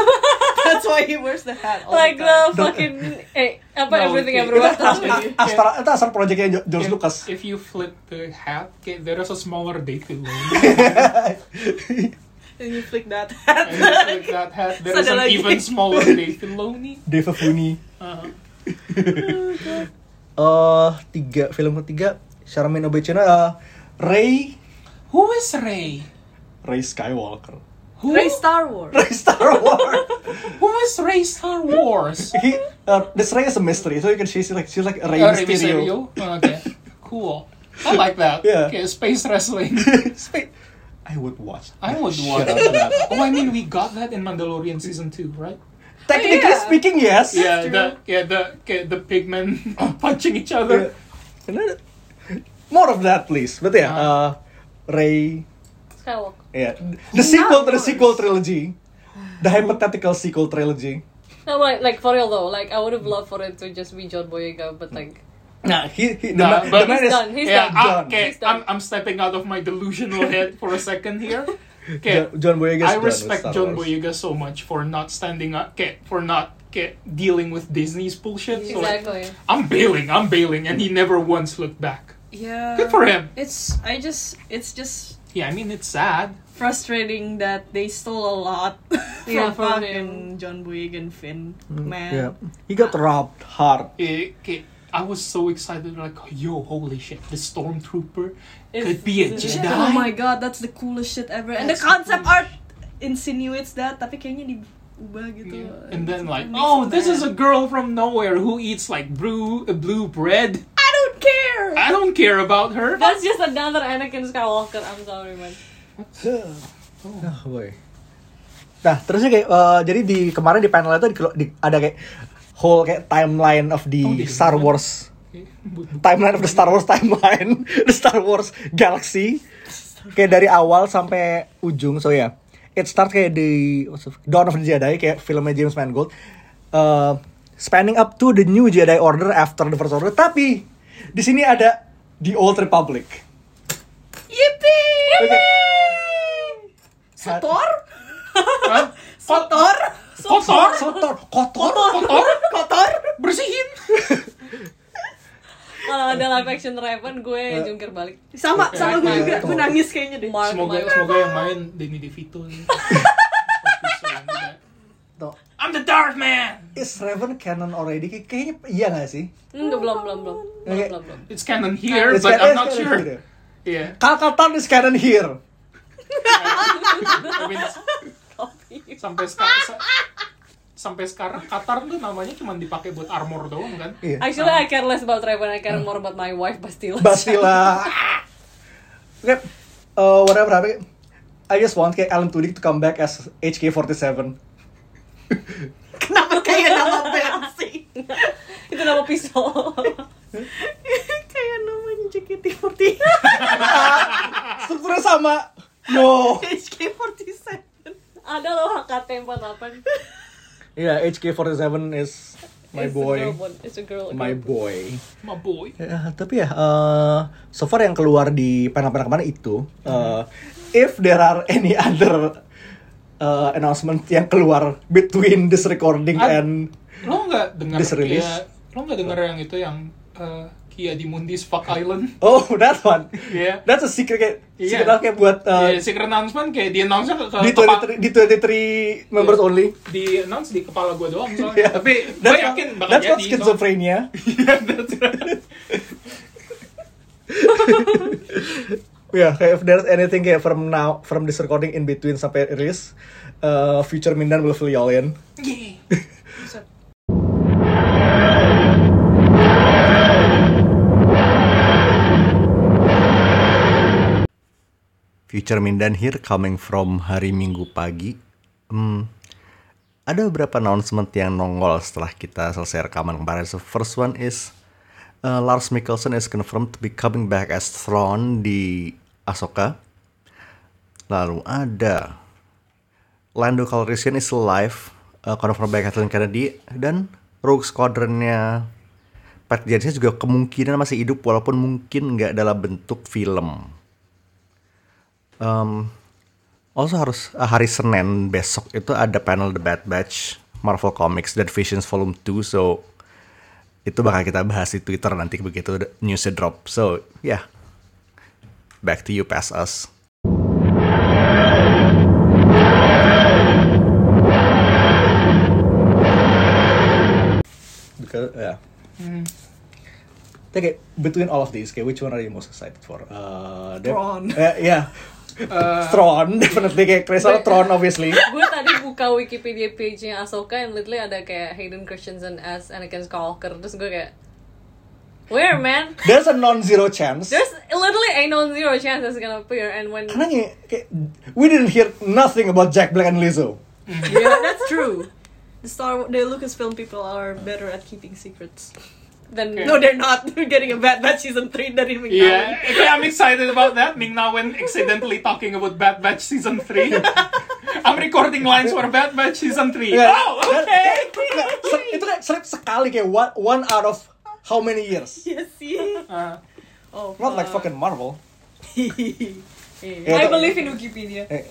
S3: that's why he wears the hat. All
S10: like
S3: the
S10: the
S3: time.
S10: fucking eh, apa
S2: No, it-
S10: everything everywhere
S2: it-
S10: That's
S1: A- Astra, Ah, itu asal proyeknya Jo- George
S2: if,
S1: Lucas.
S2: if you flip the hat, okay, there is a smaller Dave Filoni.
S3: and you flick that hat.
S2: And just like that hat, there is an
S3: Suddenly.
S2: even smaller Dave Filoni.
S1: Dave Filoni.
S2: Uh-huh.
S1: Eh, tiga film ketiga, Charmaine Obechina, eh, Ray,
S2: Who is Ray?
S1: Ray Skywalker,
S2: Who,
S3: Ray Star Wars.
S1: Ray Star Wars.
S2: who is Ray Star Wars?
S1: he, uh, this Ray is a mystery, so you can she's like she's like Ray
S2: Uh, Rey
S1: Mysterio.
S2: Mysterio? Oh, Okay, cool. I like that.
S1: Yeah.
S2: Okay, space wrestling.
S1: Spe- I would watch.
S2: I would
S1: the
S2: watch
S1: shit out of that.
S2: Oh, I mean, we got that in Mandalorian season two, right?
S1: Technically
S3: yeah.
S1: speaking, yes.
S2: Yeah, the yeah the okay, the pigmen punching each other.
S1: Yeah. More of that, please. But yeah, uh, Ray.
S10: Skywalk
S1: Yeah. Iya. The sequel to the sequel trilogy. The hypothetical sequel trilogy.
S10: no like like for real though like I would have loved for it to just be John Boyega but like
S1: Nah, he, he the,
S2: Nah,
S1: man,
S2: but-
S1: the man
S10: he's
S1: is
S10: done he's
S2: yeah,
S10: done
S2: ah,
S1: Done.
S2: okay.
S10: He's done.
S2: I'm, I'm stepping out of my delusional head for a second here. Okay,
S1: Jo- John Boyega. is
S2: I
S1: done with
S2: respect
S1: Star
S2: John
S1: Wars.
S2: Boyega so much for not standing up, okay, for not okay, dealing with Disney's bullshit. So, like,
S10: exactly
S2: I'm bailing, I'm bailing, and he never once looked back.
S3: Yeah.
S2: Good for him.
S3: It's I just it's just
S2: Yeah, I mean it's sad.
S3: frustrating that they stole a lot
S10: Yeah,
S3: from
S10: from
S3: fucking John Boyega and Finn. Man.
S1: Yeah. He got robbed hard.
S2: Eh, okay, I was so excited, like, yo, holy shit, the stormtrooper could be a Jedi.
S3: Oh my god, that's the coolest shit ever. And the concept art insinuates that, tapi kayaknya diubah gitu.
S2: Yeah. And then like,
S3: It makes
S2: oh,
S3: me
S2: this is a
S3: mad.
S2: girl from nowhere who eats like blue uh, blue bread.
S3: I don't care.
S2: I don't care about her.
S10: that's just another Anakin Skywalker I'm sorry man
S1: Ah, boy. Nah, terusnya kayak eh, jadi di kemarin di panel itu di- di- ada kayak whole kayak timeline of the
S2: Oh, di-
S1: Star Wars timeline of the Star Wars timeline, the Star Wars galaxy. Kayak dari awal sampai ujung, so ya. It starts kayak di what's the- Dawn of the Jedi, kayak filmnya James Mangold. Uh, spanning up to the new Jedi Order after the First Order, tapi di sini ada the Old Republic.
S3: Yippee!
S1: Oke.
S3: Kotor?
S2: Huh?
S3: Kotor?
S2: Kotor?
S1: Kotor, kotor,
S2: Kotor?
S1: kotor.
S2: Bersihin.
S10: kalau ada Ah, live action Raven
S2: Uh,
S10: gue jungkir balik
S3: Sama, sama gue juga. Gue nangis kayaknya deh.
S10: Mark
S2: Semoga
S10: my
S2: semoga yang main Danny DeVito. nih.
S1: Tuh.
S2: I'm the Dark Man.
S1: Is Raven canon already? Kay- Kayaknya iya gak sih?
S10: Enggak, belum, belum, belum. Belum,
S1: Oke.
S10: belum, belum.
S2: It's canon here,
S1: It's
S2: but
S1: ca-
S2: I'm
S1: it's
S2: not
S1: canon
S2: sure. Iya,
S1: here.
S2: Yeah.
S1: Kalkatan is canon here.
S2: I mean, sampai sekarang sa- sampai sekarang Qatar tuh namanya cuma dipakai buat armor doang kan?
S1: Iya.
S10: Actually, I care less about Raven. I care more about my wife, Bastila.
S1: Basila. Oke, uh, whatever. tapi I just want kayak Alan Tudyk to come back as HK47.
S3: Kenapa kayak nama band sih?
S10: Itu nama pisau.
S3: kayak namanya JKT48.
S1: Strukturnya sama. No.
S3: HK47.
S10: Ada loh HKT 48.
S1: Iya, HK47 is My
S3: It's a
S1: boy.
S3: girl one. It's a girl. a
S1: My
S3: girl.
S1: boy.
S2: My boy.
S1: Ya, tapi ya, eh, so far yang keluar di pena-pena kemana itu, eh, if there are any other eh, announcement yang keluar between this recording
S2: Ah.
S1: and
S2: Lo nggak dengar
S1: This release?
S2: Kia? Lo nggak dengar yang itu yang eh, Kia di Mundis Fuck Island?
S1: oh that one,
S2: Iya.
S1: that's a secret kayak
S2: Iya.
S1: secret kayak buat eh,
S2: Iya, secret announcement kayak di announce ke, ke
S1: di
S2: kepa-
S1: 23 di 23 members
S2: Iya.
S1: only.
S2: di announce di kepala gue doang soalnya.
S1: Iya.
S2: Tapi gue
S1: That's
S2: yakin
S1: not-
S2: bakal
S1: that's not
S2: jadi.
S1: schizophrenia.
S2: soalnya. That's right.
S1: Ya, kayak if there's anything kayak from now from this recording in between sampai rilis, eh, future Mindan will fill y'all in. Future Mindan here coming from hari Minggu pagi. Hmm, ada beberapa announcement yang nongol setelah kita selesai rekaman kemarin. So first one is uh, Lars Mikkelsen is confirmed to be coming back as Thrawn di Ahsoka. Lalu ada Lando Calrissian is alive, uh, confirmed by Kathleen Kennedy dan Rogue Squadron-nya Pat Jensen juga kemungkinan masih hidup walaupun mungkin nggak dalam bentuk film. Um, also harus eh, hari Senin besok itu ada panel The Bad Batch, Marvel Comics dan Visions Volume 2 so itu bakal kita bahas di Twitter nanti begitu d- newsnya drop. So, yeah. Back to you pass us. Because yeah. Okay, between all of these, okay, which one are you most excited for? Uh, the-
S3: Thrawn.
S1: Eh, yeah. Thrawn, definitely kayak Crystal Thrawn obviously.
S10: gue tadi buka Wikipedia page-nya Ahsoka and literally ada kayak Hayden Christensen as Anakin Skywalker terus gue kayak where man
S1: There's a non-zero chance.
S10: there's literally ain't no zero chance that's gonna appear and when
S1: Karena kayak, kayak we didn't hear nothing about Jack Black and
S10: Oh,
S1: Lizzo.
S3: yeah, that's true. The Star, the Lucasfilm people are better at keeping secrets.
S10: then
S3: No, they're not. We're getting a bad batch season three. That even
S2: Yeah, Nah, okay, I'm excited about that. Ming Na when accidentally talking about Bad Batch season three. I'm recording lines for Bad Batch season three.
S1: Yeah.
S2: Oh, okay.
S1: Nggak, se- itu kayak sering sekali kayak one, one out of how many years?
S3: Yes, see.
S2: Uh,
S3: Oh,
S1: Not like fucking Marvel.
S10: Uh. I believe in Wikipedia
S1: Eh,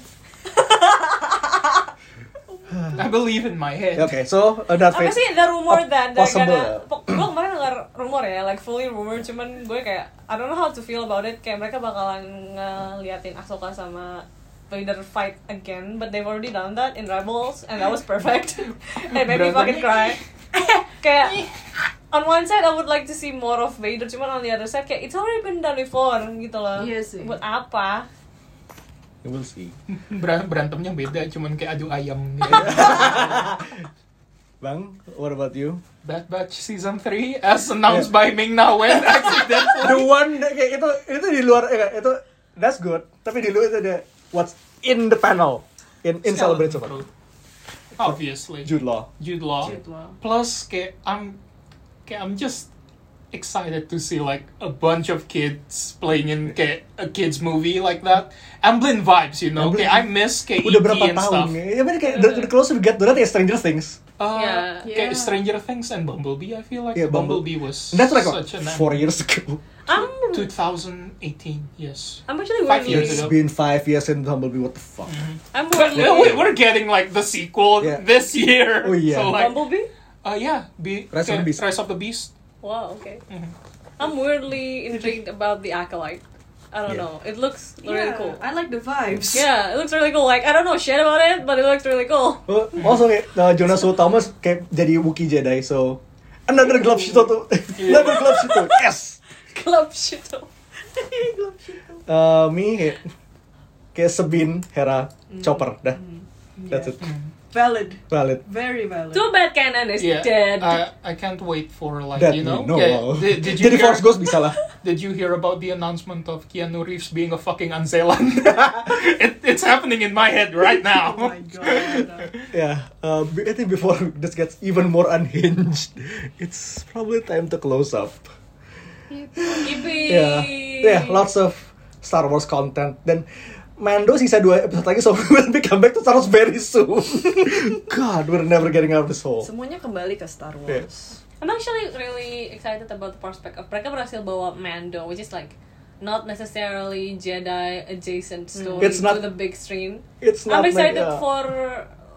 S2: I believe in my head.
S1: Okay, so uh, that
S10: apa
S1: face.
S10: sih ada rumor
S1: Oh,
S10: that they're
S1: possible,
S10: gonna
S1: ya.
S10: Po- gue kemarin dengar rumor ya like fully rumor cuman gue kayak I don't know how to feel about it kayak mereka bakalan ngeliatin Ahsoka sama Vader fight again but they've already done that in Rebels and that was perfect and made me
S2: Berantemnya.
S10: fucking cry kayak on one side I would like to see more of Vader cuman on the other side kayak it's already been done before gitu loh
S3: Iya sih.
S10: buat apa
S1: We'll see.
S2: Ber- berantemnya beda, cuman kayak adu ayam. Gitu.
S1: Bang, what about you?
S2: Bad Batch season 3 as announced by Ming Na Wen accidentally.
S1: The one that kayak itu itu di luar eh, nggak, itu that's good. Tapi di luar itu ada what's in the panel in in celebration of
S2: Bro. Obviously.
S1: Jude Law.
S2: Jude Law.
S3: Gitu.
S2: Plus, kayak, I'm, kayak, I'm just excited to see like a bunch of kids playing in kayak, a kids movie like that. Amblin vibes, you know.
S1: Amblin.
S2: Kayak I miss kayak
S1: Udah
S2: E.T.
S1: berapa
S2: E and stuff.
S1: tahun ya? Ya bener kayak the, the closer we get to that ya Stranger Things.
S2: Uh,
S10: Yeah.
S2: Kayak
S3: Yeah.
S2: Stranger Things and Bumblebee, I feel like
S1: Yeah, Bumble-
S2: Bumblebee was
S1: That's like what,
S2: such an
S1: four years ago.
S10: I'm
S2: 2018, yes.
S10: I'm actually
S2: Five years
S10: worried
S1: It's
S2: ago.
S1: been five years in Bumblebee. What the fuck?
S2: Mm-hmm.
S10: I'm
S2: But no, we-
S10: worried
S2: we're getting like the sequel
S1: Yeah.
S2: this year.
S1: Oh, yeah.
S2: So like,
S10: Bumblebee
S2: uh, yeah, be-
S1: Rise of the
S2: uh,
S1: Beast.
S2: Rise of the Beast.
S10: Wow, okay.
S1: Mm-hmm.
S10: I'm weirdly intrigued about the acolyte. I don't
S1: Yeah.
S10: know. It looks really
S3: yeah,
S10: cool.
S3: I like the vibes.
S10: Yeah, it looks really cool. Like I don't know shit about it, but it looks really cool.
S1: Uh, Also kayak uh, Jonas Wu Thomas kayak jadi Wookiee Jedi. So another glove shito tuh. another glove shito. Yes.
S10: Club shit.
S1: Uh, me kayak kayak Sabine, Hera,
S2: Mm.
S1: Chopper dah. That's it.
S3: Valid.
S1: Valid.
S3: Very valid.
S10: Too bad Canon is
S2: Yeah,
S10: dead.
S2: I, I can't wait for like
S1: That
S2: you
S1: we
S2: know.
S1: know.
S2: yeah, did, did you
S1: jadi
S2: hear,
S1: Force Ghost bisa lah.
S2: Did you hear about the announcement of Keanu Reeves being a fucking Anzelan? it, it's happening in my head right now.
S3: Oh my god.
S1: Yeah. Uh, I think before this gets even more unhinged, it's probably time to close up.
S10: Yippee.
S1: Iya. yeah, yeah, lots of Star Wars content. Then Mando sisa dua episode lagi so we will be come back to Star Wars very soon. God, we're never getting out of this hole.
S3: Semuanya kembali ke Star Wars.
S1: Yeah.
S10: I'm actually really excited about the prospect of mereka berhasil bawa Mando, which is like not necessarily Jedi adjacent story
S1: It's not-
S10: to the big screen.
S1: It's not
S10: I'm
S1: like,
S10: excited
S1: uh,
S10: for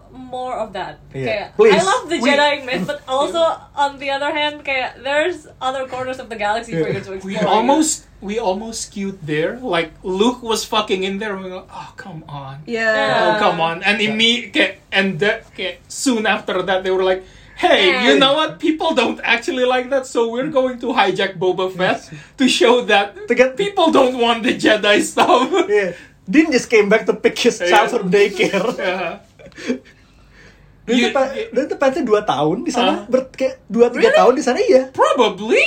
S10: more of that.
S1: Yeah.
S10: Kayak,
S1: Please.
S10: I love the
S1: We-
S10: Jedi myth, but also on the other hand, kayak, there's other corners of the galaxy for you to explore.
S2: We almost we almost skewed there. Like Luke was fucking in there. We go, oh come on, oh
S3: Yeah.
S2: come on. And imme- okay, and that okay, soon after that they were like, hey, you know what? People don't actually like that, so we're going to hijack Boba Fett to show that
S1: To get-
S2: people don't want the Jedi stuff.
S1: Yeah. Din just came back to pick his
S2: Yeah.
S1: child from daycare.
S2: Yeah.
S1: Dia
S2: You-
S1: tepa- dia tepatnya dua tahun di sana,
S2: Huh?
S1: ber- kayak dua tiga tahun di sana iya.
S2: Probably,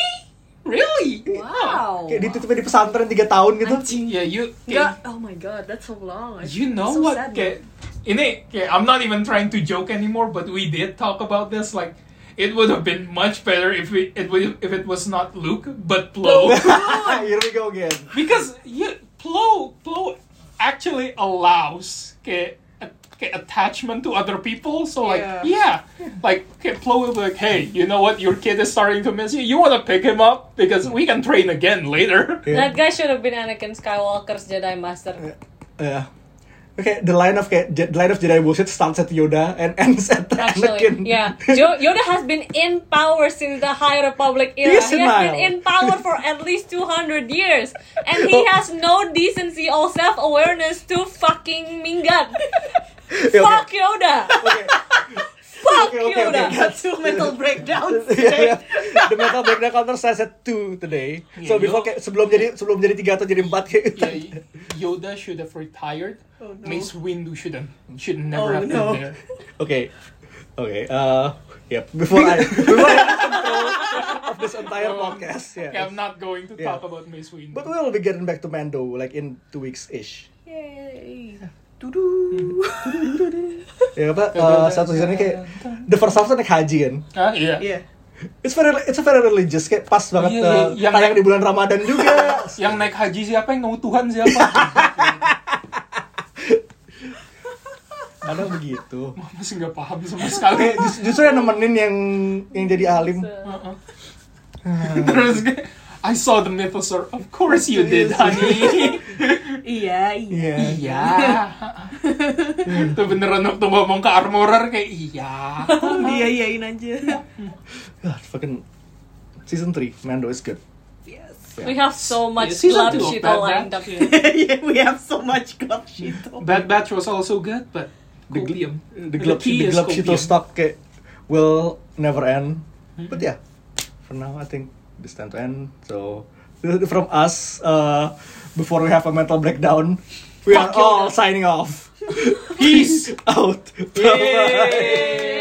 S2: really.
S10: Oh,
S3: Wow.
S1: Kayak dititipin di pesantren tiga tahun gitu.
S2: Yeah, you.
S3: Nggak- oh my god, that's so long. I-
S2: You know
S3: so
S2: what?
S3: sad,
S2: Ke, ini, ke, I'm not even trying to joke anymore, but we did talk about this. Like, it would have been much better if we it would, if it was not Luke but Plo,
S1: Ah, Here we go again.
S2: because you Plo Plo actually allows ke, a- ke, attachment to other people. So like, yeah, like ke, Plo will be like, hey, you know what? Your kid is starting to miss you. You want to pick him up because we can train again later.
S10: That guy should have been Anakin Skywalker's Jedi Master.
S1: Yeah. Okay, Iya. the line of kayak, Je- the line of Jedi bullshit starts at Yoda and ends at Anakin. Iya,
S10: Actually, yeah. Jo- Yoda has been in power since the High Republic era.
S1: He's
S10: He has
S1: senile.
S10: been in power for at least 200 years. And he has no decency or self awareness to fucking minggat.
S1: Yeah,
S10: Fuck
S1: okay.
S10: Yoda! Fuck
S1: Okay, okay,
S10: Yoda!
S1: okay, that's-
S3: Two mental breakdowns.
S1: Yeah, yeah. Iya, The metal breakdown counter says at two today. so
S2: you
S1: before
S2: know-
S1: kayak sebelum jadi sebelum jadi tiga atau jadi empat kayak. gitu.
S2: Yeah, Y- Yoda should have retired. Mace Windu should have should never
S3: Oh,
S2: have
S3: no.
S2: been there.
S1: Okay. Okay. Uh, yep. Before I before I have control of this entire podcast. Yeah.
S2: Oh. Okay, I'm not going to
S1: Yeah.
S2: talk about Mace Windu.
S1: But we'll be getting back to Mando like in two weeks ish.
S3: Yay.
S1: Ya apa? Uh, satu seasonnya kayak the first half tuh naik haji kan.
S2: Ah, yeah.
S3: Yeah.
S1: It's very it's a very religious kayak pas banget
S2: Iya,
S1: uh,
S2: iya, yang-
S1: tayang di bulan Ramadan juga.
S2: Yang naik haji siapa? Yang ngomong Tuhan siapa?
S1: Ada begitu.
S2: Masih nggak paham sama sekali.
S1: Kayak just- justru yang nemenin yang yang jadi alim.
S2: Uh-uh. Terus kayak, I saw the mythosaur. Of course you did, honey.
S3: Iya, iya.
S1: Iya.
S2: Iya. Itu beneran waktu ngomong ke armorer kayak iya.
S3: Dia iyain aja.
S1: God, fucking season 3 Mando is good.
S10: We have so much
S2: Season
S10: love
S2: two of
S10: shit
S2: Bad
S10: all lined up
S2: Batch.
S10: here.
S3: yeah, we have so much club shit.
S2: Bad Batch was also good, but
S1: The gl-
S2: copium.
S1: The glub
S2: key
S1: the
S2: is
S1: glub
S2: copium.
S1: stock kayak will never end. But yeah, for now I think this time to end. So from us uh, before we have a mental breakdown, we are all signing off. Peace out. Bye.